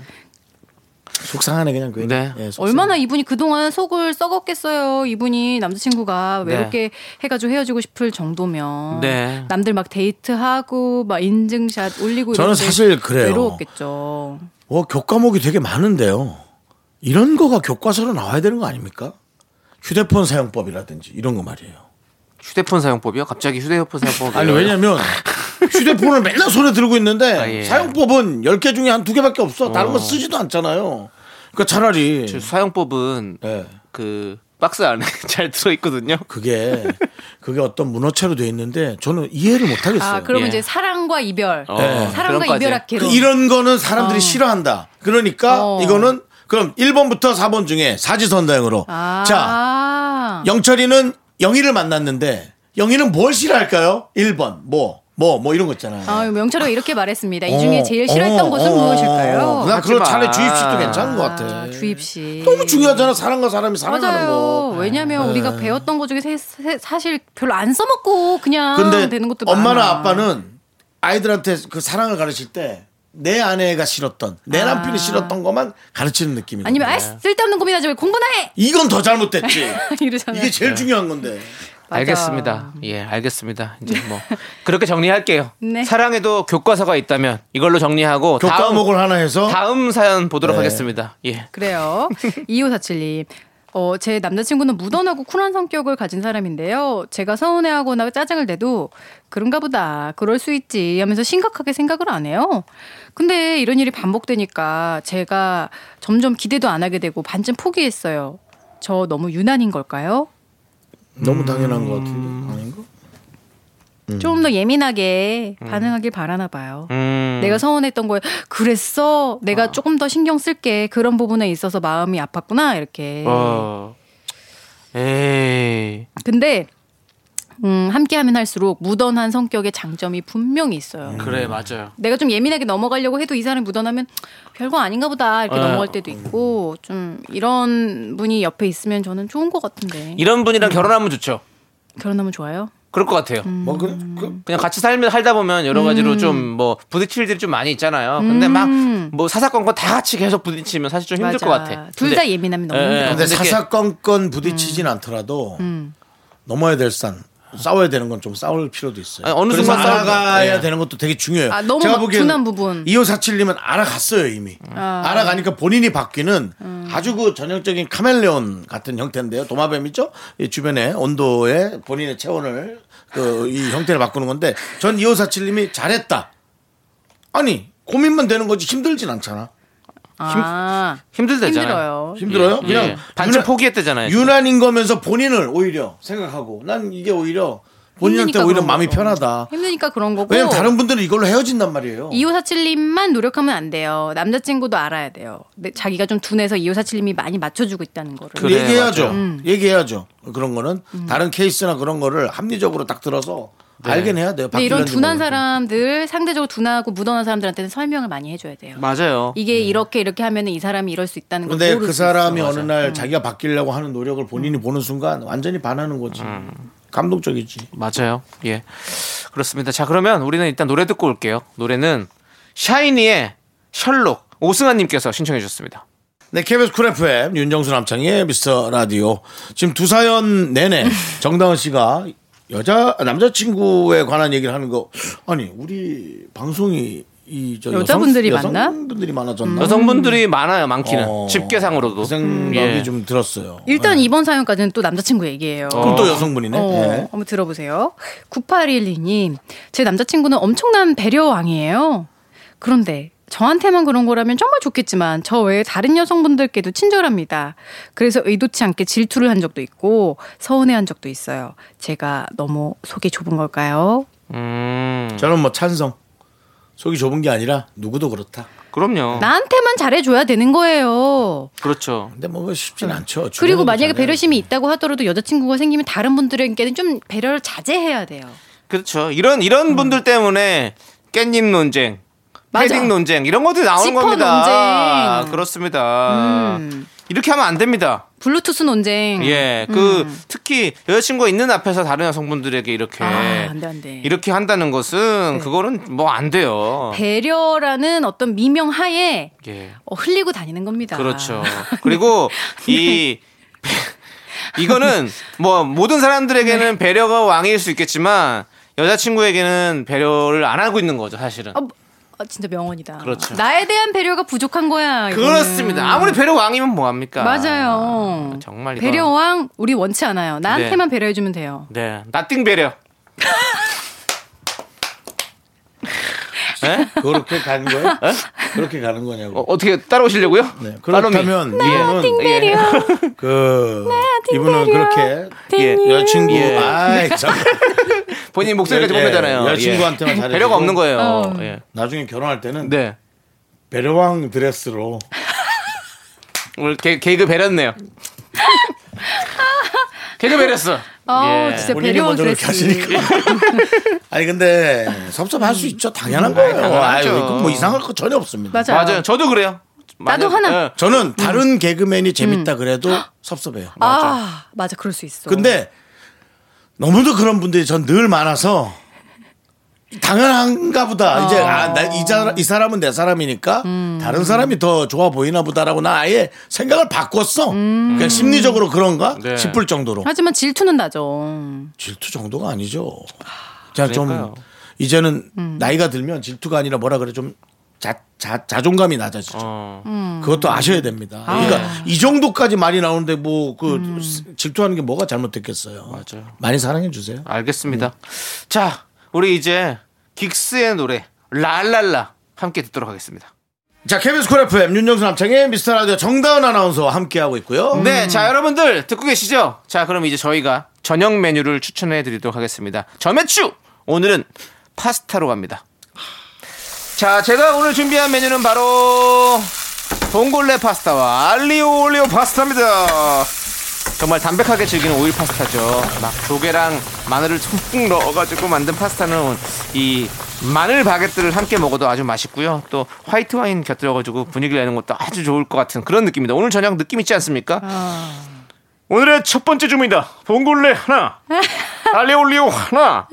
Speaker 3: 속상하네 그냥 괜히.
Speaker 4: 네.
Speaker 3: 예, 속상해.
Speaker 7: 얼마나 이분이 그동안 속을 썩었겠어요. 이분이 남자친구가
Speaker 4: 네.
Speaker 7: 외롭게 해가지고 헤어지고 싶을 정도면
Speaker 4: 네.
Speaker 7: 남들 막 데이트하고 막 인증샷 올리고
Speaker 3: 저는
Speaker 7: 이런데
Speaker 3: 사실 그래요.
Speaker 7: 외로웠겠죠. 아,
Speaker 3: 어, 교과목이 되게 많은데요. 이런 거가 교과서로 나와야 되는 거 아닙니까? 휴대폰 사용법이라든지 이런 거 말이에요.
Speaker 4: 휴대폰 사용법이요? 갑자기 휴대폰 사용법
Speaker 3: 아니 왜냐면 휴대폰을 맨날 손에 들고 있는데
Speaker 4: 네. 아, 예.
Speaker 3: 사용법은 10개 중에 한 두 개밖에 없어. 다른 거 쓰지도 않잖아요. 그러니까 차라리
Speaker 4: 예. 사용법은
Speaker 3: 예.
Speaker 4: 그 박스 안에 잘 들어 있거든요.
Speaker 3: 그게 그게 어떤 문어체로 돼 있는데 저는 이해를 못 하겠어요.
Speaker 7: 아, 그러면
Speaker 4: 예. 어,
Speaker 7: 이제 사랑과 이별, 사랑과
Speaker 4: 그런까지.
Speaker 7: 이별학계로
Speaker 3: 그 이런 거는 사람들이 싫어한다. 그러니까
Speaker 7: 어.
Speaker 3: 이거는 그럼 1번부터 4번 중에 사지선다형으로
Speaker 7: 아.
Speaker 3: 자 영철이는 영희를 만났는데 영희는 뭘 싫어할까요? 1번 뭐. 뭐, 뭐 이런 거 있잖아요.
Speaker 7: 아, 명철이가 이렇게 말했습니다. 이 중에
Speaker 3: 어,
Speaker 7: 제일 싫어했던
Speaker 3: 어,
Speaker 7: 것은
Speaker 3: 어, 어,
Speaker 7: 무엇일까요?
Speaker 3: 나 그런 차라리
Speaker 4: 하지만.
Speaker 3: 주입식도 괜찮은 것 같아.
Speaker 7: 아, 주입식.
Speaker 3: 너무 중요하잖아. 사람과 사람이 사랑하는
Speaker 7: 맞아요.
Speaker 3: 거. 네.
Speaker 7: 왜냐하면 우리가 배웠던 것 중에 세- 세- 사실 별로 안 써먹고 그냥
Speaker 3: 근데
Speaker 7: 되는 것도
Speaker 3: 엄마나
Speaker 7: 많아.
Speaker 3: 아빠는 아이들한테 그 사랑을 가르칠 때 내 아내가 싫었던 내 남편이 싫었던 것만 가르치는 느낌이에요.
Speaker 7: 아니면 아이 쓸데없는 고민하지 말고 공부나 해
Speaker 3: 이건 더 잘못됐지.
Speaker 7: 이러잖아요.
Speaker 3: 이게
Speaker 4: 네.
Speaker 3: 제일 중요한 건데.
Speaker 7: 맞아.
Speaker 4: 알겠습니다. 예, 알겠습니다. 이제 뭐 그렇게 정리할게요.
Speaker 7: 네.
Speaker 4: 사랑에도 교과서가 있다면 이걸로 정리하고
Speaker 3: 교과목을 하나 해서
Speaker 4: 뭐 다음, 다음 사연 보도록
Speaker 3: 네.
Speaker 4: 하겠습니다. 예.
Speaker 7: 그래요. 2547님. 어, 제 남자친구는 무던하고 쿨한 성격을 가진 사람인데요. 제가 서운해하거나 짜증을 내도 그런가 보다. 그럴 수 있지 하면서 심각하게 생각을 안 해요. 근데 이런 일이 반복되니까 제가 점점 기대도 안 하게 되고 반쯤 포기했어요. 저 너무 유난인 걸까요?
Speaker 3: 너무 당연한 것
Speaker 4: 음.
Speaker 3: 같은데 아닌가?
Speaker 7: 좀 더 예민하게 반응하길 바라나 봐요.
Speaker 4: 음. 아.
Speaker 7: 내가 서운했던 거에 그랬어. 내가 조금 더 신경 쓸게. 그런 부분에 있어서 마음이 아팠구나. 이렇게.
Speaker 4: 어. 에이.
Speaker 7: 근데 음, 함께하면 할수록 무던한 성격의 장점이 분명히 있어요.
Speaker 4: 그래 맞아요.
Speaker 7: 내가 좀 예민하게 넘어가려고 해도 이 사람이 묻어나면 별거 아닌가 보다 이렇게
Speaker 4: 어.
Speaker 7: 넘어갈 때도 있고 좀 이런 분이 옆에 있으면 저는 좋은 것 같은데
Speaker 4: 이런 분이랑 결혼하면 좋죠.
Speaker 7: 결혼하면 좋아요?
Speaker 4: 그럴 것 같아요.
Speaker 7: 음.
Speaker 3: 뭐 그, 그,
Speaker 4: 그냥 같이 살면 살다 보면 여러 가지로 좀 뭐 부딪힐 일이 좀 많이 있잖아요. 근데 막
Speaker 7: 음.
Speaker 4: 뭐 사사건건 다 같이 계속 부딪히면 사실 좀 힘들
Speaker 7: 맞아.
Speaker 4: 것 같아.
Speaker 7: 둘 다 예민하면 너무
Speaker 4: 예,
Speaker 7: 힘들어.
Speaker 4: 예.
Speaker 3: 근데
Speaker 4: 이렇게-
Speaker 3: 사사건건 부딪히진 않더라도 넘어야 될 산. 싸워야 되는 건 좀 싸울 필요도 있어요.
Speaker 4: 아니, 어느
Speaker 3: 그래서
Speaker 4: 순간 싸울
Speaker 3: 알아가야
Speaker 4: 거- 예.
Speaker 3: 되는 것도 되게 중요해요.
Speaker 7: 아, 너무
Speaker 3: 제가
Speaker 7: 막
Speaker 3: 보기엔
Speaker 7: 둔한 부분.
Speaker 3: 2547님은 알아갔어요 이미. 알아가니까 본인이 바뀌는 아주 그 전형적인 카멜레온 같은 형태인데요. 도마뱀이죠. 이 주변에 온도에 본인의 체온을 그 이 형태를 바꾸는 건데 전 2547님이 잘했다. 아니 고민만 되는 거지 힘들진 않잖아.
Speaker 7: 아,
Speaker 4: 힘들다잖아요.
Speaker 7: 힘들어요.
Speaker 3: 힘들어요?
Speaker 4: 예.
Speaker 3: 그냥
Speaker 4: 예. 반쯤
Speaker 3: 유난-
Speaker 4: 포기했대잖아요.
Speaker 3: 유난인 거면서 본인을 오히려 생각하고 난 이게 오히려 본인한테
Speaker 7: 힘드니까
Speaker 3: 오히려
Speaker 7: 그런
Speaker 3: 마음이
Speaker 7: 거죠. 어.
Speaker 3: 편하다.
Speaker 7: 힘드니까 그런 거고
Speaker 3: 왜냐면 다른 분들은 이걸로 헤어진단 말이에요.
Speaker 7: 2547님만 노력하면 안 돼요. 남자친구도 알아야 돼요. 내- 자기가 좀 둔해서 2547님이 많이 맞춰주고 있다는 거를.
Speaker 4: 그래,
Speaker 3: 얘기해야죠.
Speaker 4: 맞아요. 음.
Speaker 3: 얘기해야죠. 그런 거는
Speaker 7: 음.
Speaker 3: 다른 케이스나 그런 거를 합리적으로 딱 들어서
Speaker 4: 네.
Speaker 3: 알긴 해야 돼요.
Speaker 7: 근데 이런
Speaker 3: 바뀌는지
Speaker 7: 둔한
Speaker 3: 모르고.
Speaker 7: 사람들, 상대적으로 둔하고 무던한 사람들한테는 설명을 많이 해줘야 돼요.
Speaker 4: 맞아요.
Speaker 7: 이게 이렇게 이렇게 하면 이 사람이 이럴 수 있다는 걸
Speaker 3: 음. 근데
Speaker 7: 모를
Speaker 3: 그
Speaker 7: 수
Speaker 3: 사람이
Speaker 7: 있어.
Speaker 3: 어느 날 자기가 바뀌려고 하는 노력을
Speaker 7: 음.
Speaker 3: 본인이 보는 순간 완전히 반하는 거지.
Speaker 4: 음.
Speaker 3: 감동적이지.
Speaker 4: 맞아요. 예. 그렇습니다. 자, 그러면 우리는 일단 노래 듣고 올게요. 노래는 샤이니의 셜록 오승환 님께서 신청해 주셨습니다.
Speaker 3: 네, KBS 쿨 FM 윤정수 남창의 미스터 라디오. 지금 두 사연 내내 정다은 씨가 여자 남자친구에 관한 얘기를 하는 거 아니 우리 방송이 이저
Speaker 7: 여자분들이 많나?
Speaker 3: 여성분들이 많아졌나?
Speaker 4: 음.
Speaker 7: 음.
Speaker 4: 여성분들이 많아요. 많기는.
Speaker 3: 어,
Speaker 4: 집계상으로도.
Speaker 3: 그 생각이
Speaker 4: 예.
Speaker 3: 좀 들었어요.
Speaker 7: 일단
Speaker 3: 예.
Speaker 7: 이번 사연까지는 또 남자친구 얘기예요.
Speaker 3: 그럼 또 여성분이네.
Speaker 7: 어,
Speaker 3: 예.
Speaker 7: 한번 들어보세요. 9812님, 제 남자친구는 엄청난 배려왕이에요. 그런데 저한테만 그런 거라면 정말 좋겠지만 저 외에 다른 여성분들께도 친절합니다. 그래서 의도치 않게 질투를 한 적도 있고 서운해한 적도 있어요. 제가 너무 속이 좁은 걸까요?
Speaker 4: 음.
Speaker 3: 저는 뭐 찬성. 속이 좁은 게 아니라 누구도 그렇다.
Speaker 4: 그럼요.
Speaker 7: 나한테만 잘해줘야 되는 거예요.
Speaker 4: 그렇죠.
Speaker 3: 근데 뭐 쉽진 않죠.
Speaker 7: 음. 그리고
Speaker 3: 주변에도
Speaker 7: 만약에
Speaker 3: 잘해요.
Speaker 7: 배려심이 있다고 하더라도 여자친구가 생기면 다른 분들에게는 좀 배려를 자제해야 돼요.
Speaker 4: 그렇죠. 이런 이런 분들 때문에 깻잎 논쟁,
Speaker 7: 음. 맞아.
Speaker 4: 패딩 논쟁 이런 것들이 나오는
Speaker 7: 지퍼
Speaker 4: 겁니다.
Speaker 7: 논쟁.
Speaker 4: 그렇습니다.
Speaker 7: 음.
Speaker 4: 이렇게 하면 안 됩니다.
Speaker 7: 블루투스 논쟁.
Speaker 4: 예, 그
Speaker 7: 음.
Speaker 4: 특히 여자친구가 있는 앞에서 다른 여성분들에게 이렇게
Speaker 7: 아, 네. 안 돼, 안 돼.
Speaker 4: 이렇게 한다는 것은 그거는 뭐 안 돼요.
Speaker 7: 배려라는 어떤 미명 하에
Speaker 4: 예,
Speaker 7: 어, 흘리고 다니는 겁니다.
Speaker 4: 그렇죠. 그리고 이 이거는 뭐 모든
Speaker 7: 네.
Speaker 4: 사람들에게는 배려가 왕일 수 있겠지만 여자친구에게는 배려를 안 하고 있는 거죠, 사실은.
Speaker 7: 아, 뭐, 아, 진짜 명언이다.
Speaker 4: 그렇죠.
Speaker 7: 나에 대한 배려가 부족한 거야. 이거는.
Speaker 4: 그렇습니다. 아무리 배려 왕이면 뭐합니까?
Speaker 7: 네. 맞아요.
Speaker 4: 아, 정말 이거.
Speaker 7: 배려왕 우리 원치 않아요. 나한테만 배려해주면 돼요.
Speaker 4: 네, 나띵 배려. 예?
Speaker 3: 그렇게 가는 거예요? 그렇게 가는 거냐고.
Speaker 4: 어, 떻게 따라오시려고요?
Speaker 3: 네,
Speaker 4: 따로미.
Speaker 3: 그렇다면
Speaker 7: 네,
Speaker 3: 이분은
Speaker 4: 예.
Speaker 3: 그 이분은 그렇게
Speaker 4: 예.
Speaker 3: 여자친구
Speaker 4: 예.
Speaker 3: 아이 참
Speaker 4: 본인 목소리까지
Speaker 3: 예, 예.
Speaker 4: 보내잖아요.
Speaker 3: 여자친구한테만 잘해주고.
Speaker 4: 배려가 없는 거예요.
Speaker 7: 어.
Speaker 4: 예.
Speaker 3: 나중에 결혼할 때는
Speaker 4: 네.
Speaker 3: 배려왕 드레스로
Speaker 7: 네,
Speaker 4: 오늘 개, 개그 배렸네요. 개그 배렸어.
Speaker 7: 아,
Speaker 4: 예.
Speaker 7: 진짜
Speaker 3: 본인이
Speaker 7: 배려왕
Speaker 3: 먼저
Speaker 7: 그랬지.
Speaker 3: 그렇게 하시니까 아니 근데 섭섭할 수 있죠 당연한 거예요
Speaker 4: 음, 당연하죠.
Speaker 3: 아유, 그건 뭐 이상할 거 전혀 없습니다
Speaker 7: 맞아요. 음.
Speaker 4: 맞아요. 저도 그래요.
Speaker 7: 나도
Speaker 4: 만약-
Speaker 7: 하나.
Speaker 4: 예.
Speaker 3: 저는 다른 개그맨이
Speaker 7: 음.
Speaker 3: 재밌다 그래도 섭섭해요
Speaker 7: 아, 맞아. 그럴 수 있어.
Speaker 3: 근데 너무도 그런 분들이 전 늘 많아서 당연한가 보다. 이제 아, 나, 이, 자, 이 사람은 내 사람이니까 다른 사람이 더 좋아 보이나 보다라고 나 아예 생각을 바꿨어. 그냥 심리적으로 그런가
Speaker 4: 네.
Speaker 3: 싶을 정도로.
Speaker 7: 하지만 질투는 나죠.
Speaker 3: 질투 정도가 아니죠. 제가 좀
Speaker 4: 그러니까요.
Speaker 3: 이제는 나이가 들면 질투가 아니라 뭐라 그래 좀 자, 자, 자존감이 낮아지죠.
Speaker 4: 어.
Speaker 7: 음.
Speaker 3: 그것도 아셔야 됩니다. 그러니까 이 정도까지 말이 나오는데 뭐 그 질투하는 게 뭐가 잘못됐겠어요.
Speaker 4: 맞아요.
Speaker 3: 많이 사랑해 주세요.
Speaker 4: 알겠습니다.
Speaker 7: 음.
Speaker 4: 자, 우리 이제 긱스의 노래 랄랄라 함께 듣도록 하겠습니다.
Speaker 3: 자, KBS 쿨 FM 윤정수 남창의 미스터 라디오 정다은 아나운서와 함께하고 있고요.
Speaker 4: 네, 자 여러분들 듣고 계시죠? 자, 그럼 이제 저희가 저녁 메뉴를 추천해 드리도록 하겠습니다. 저메추 오늘은 파스타로 갑니다. 자, 제가 오늘 준비한 메뉴는 바로 동골레 파스타와 알리오 올리오 파스타입니다. 정말 담백하게 즐기는 오일 파스타죠. 막 조개랑 마늘을 듬뿍 넣어가지고 만든 파스타는 이 마늘 바게트를 함께 먹어도 아주 맛있고요. 또 화이트 와인 곁들여가지고 분위기를 내는 것도 아주 좋을 것 같은 그런 느낌입니다. 오늘 저녁 느낌 있지 않습니까? 오늘의 첫 번째 주문이다. 봉골레 하나, 알레올리오 하나.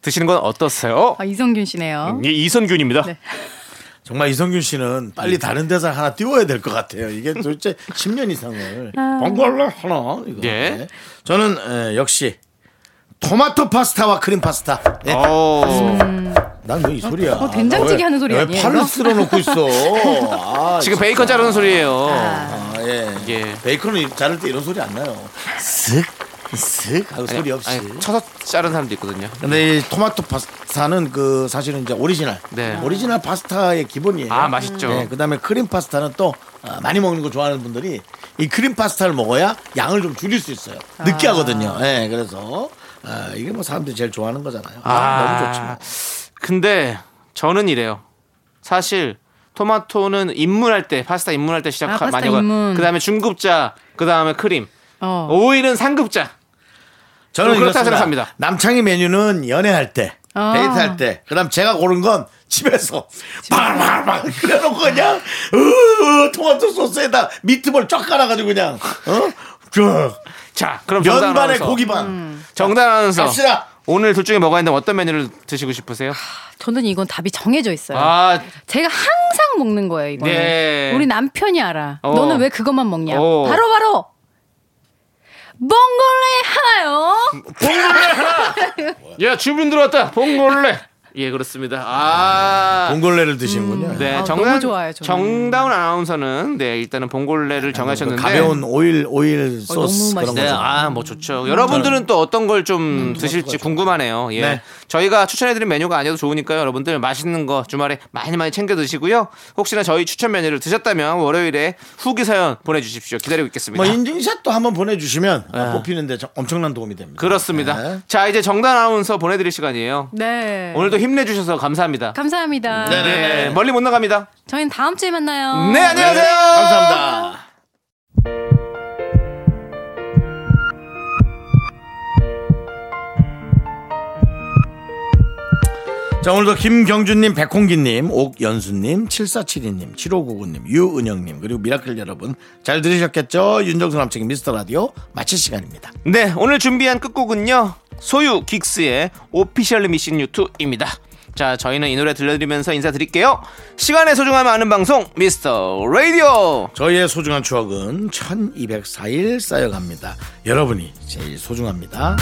Speaker 4: 드시는 건 어떠세요?
Speaker 7: 아, 이성균 씨네요.
Speaker 4: 예, 이선균입니다.
Speaker 3: 정말 이성균 씨는 빨리 다른 대사 하나 띄워야 될 것 같아요. 이게 도대체 10년 이상을
Speaker 7: 아.
Speaker 3: 번갈로 하나. 이거.
Speaker 4: 예.
Speaker 3: 네. 저는 에, 역시 토마토 파스타와 크림 파스타. 네.
Speaker 4: 오.
Speaker 7: 음.
Speaker 3: 난 왜 이 소리야?
Speaker 7: 어, 된장찌개
Speaker 3: 왜-
Speaker 7: 하는 소리
Speaker 3: 왜
Speaker 7: 아니에요,
Speaker 3: 팔을
Speaker 7: 이거?
Speaker 3: 쓸어놓고 있어. 아,
Speaker 4: 지금
Speaker 3: 진짜.
Speaker 4: 베이컨 자르는 소리예요.
Speaker 3: 아, 예.
Speaker 4: 예.
Speaker 3: 베이컨을 입- 자를 때 이런 소리 안 나요. 쓱쓱 하고
Speaker 4: 아니,
Speaker 3: 소리 없이.
Speaker 4: 예. 아니, 쳐서 자른 사람도 있거든요.
Speaker 3: 근데 이 토마토 파스타는 그 사실은 이제 오리지널.
Speaker 4: 네.
Speaker 3: 오리지널 파스타의 기본이에요.
Speaker 4: 아, 맛있죠.
Speaker 3: 네, 그다음에 크림 파스타는 또 아, 많이 먹는 거 좋아하는 분들이 이 크림 파스타를 먹어야 양을 좀 줄일 수 있어요. 느끼하거든요. 네, 그래서 아, 이게 뭐 사람들이 제일 좋아하는 거잖아요. 너무 좋죠.
Speaker 4: 근데 저는 이래요. 사실 토마토는 입문할 때 파스타 입문할 때 시작
Speaker 7: 아, 파스타
Speaker 4: 많이 가.
Speaker 7: 입문.
Speaker 4: 그다음에 중급자, 그다음에 크림.
Speaker 7: 어.
Speaker 4: 오일은 상급자.
Speaker 3: 저는
Speaker 4: 좀 그렇다
Speaker 3: 이렇습니다.
Speaker 4: 생각합니다.
Speaker 3: 남창희 메뉴는 연애할 때,
Speaker 7: 아.
Speaker 3: 데이트할 때, 그다음 제가 고른 건 집에서 막막막 그래놓고 그냥 으, 토마토 소스에다 미트볼 쫙 깔아가지고 그냥 어? 쭉
Speaker 4: 자, 그럼 정단
Speaker 3: 면발에
Speaker 4: 아나운서.
Speaker 3: 고기 반.
Speaker 7: 음.
Speaker 4: 정단 아나운서.
Speaker 3: 갑시다.
Speaker 4: 오늘 둘 중에 뭐가 있는데 어떤 메뉴를 드시고 싶으세요?
Speaker 7: 저는 이건 답이 정해져 있어요.
Speaker 4: 아,
Speaker 7: 제가 항상 먹는 거예요, 이거는.
Speaker 4: 네.
Speaker 7: 우리 남편이 알아.
Speaker 4: 어.
Speaker 7: 너는 왜 그것만 먹냐?
Speaker 4: 어.
Speaker 7: 바로 바로 몽골레
Speaker 4: 음.
Speaker 7: 하나요.
Speaker 4: 야 예, 주민 들어왔다. 봉골레. 예, 그렇습니다. 아,
Speaker 3: 봉골레를 드시는군요.
Speaker 4: 네,
Speaker 7: 아,
Speaker 4: 정단
Speaker 7: 너무 좋아요, 저는.
Speaker 4: 정다운 아나운서는 네 일단은 봉골레를 정하셨는데
Speaker 3: 가벼운 오일 오일 소스
Speaker 7: 어, 너무
Speaker 3: 그런
Speaker 4: 네,
Speaker 3: 거죠.
Speaker 4: 아, 뭐 좋죠. 여러분들은 또 어떤 걸 좀 드실지 음, 궁금하네요. 예.
Speaker 3: 네.
Speaker 4: 저희가 추천해드린 메뉴가 아니어도 좋으니까요. 여러분들 맛있는 거 주말에 많이 많이 챙겨 드시고요. 혹시나 저희 추천 메뉴를 드셨다면 월요일에 후기 사연 보내주십시오. 기다리고 있겠습니다.
Speaker 3: 뭐 인증샷도 한번 보내주시면 뽑히는데 저- 엄청난 도움이 됩니다.
Speaker 4: 그렇습니다.
Speaker 3: 네.
Speaker 4: 자, 이제 정단 아나운서 보내드릴 시간이에요.
Speaker 7: 네.
Speaker 4: 오늘도 힘내주셔서 감사합니다.
Speaker 7: 감사합니다.
Speaker 4: 네, 멀리 못 나갑니다.
Speaker 7: 저희는 다음 주에 만나요.
Speaker 4: 네, 안녕하세요.
Speaker 3: 감사합니다. 자 오늘도 김경준님, 백홍기님, 옥연수님, 7472님, 7599님, 유은영님 그리고 미라클 여러분 잘 들으셨겠죠? 윤정수 남친 미스터 라디오 마칠 시간입니다.
Speaker 4: 네, 오늘 준비한 끝곡은요. 소유 긱스의 오피셜 미신 유튜입니다. 자, 저희는 이 노래 들려드리면서 인사드릴게요. 시간의 소중함 아는 방송 미스터 라디오.
Speaker 3: 저희의 소중한 추억은 1204일 쌓여갑니다. 여러분이 제일 소중합니다.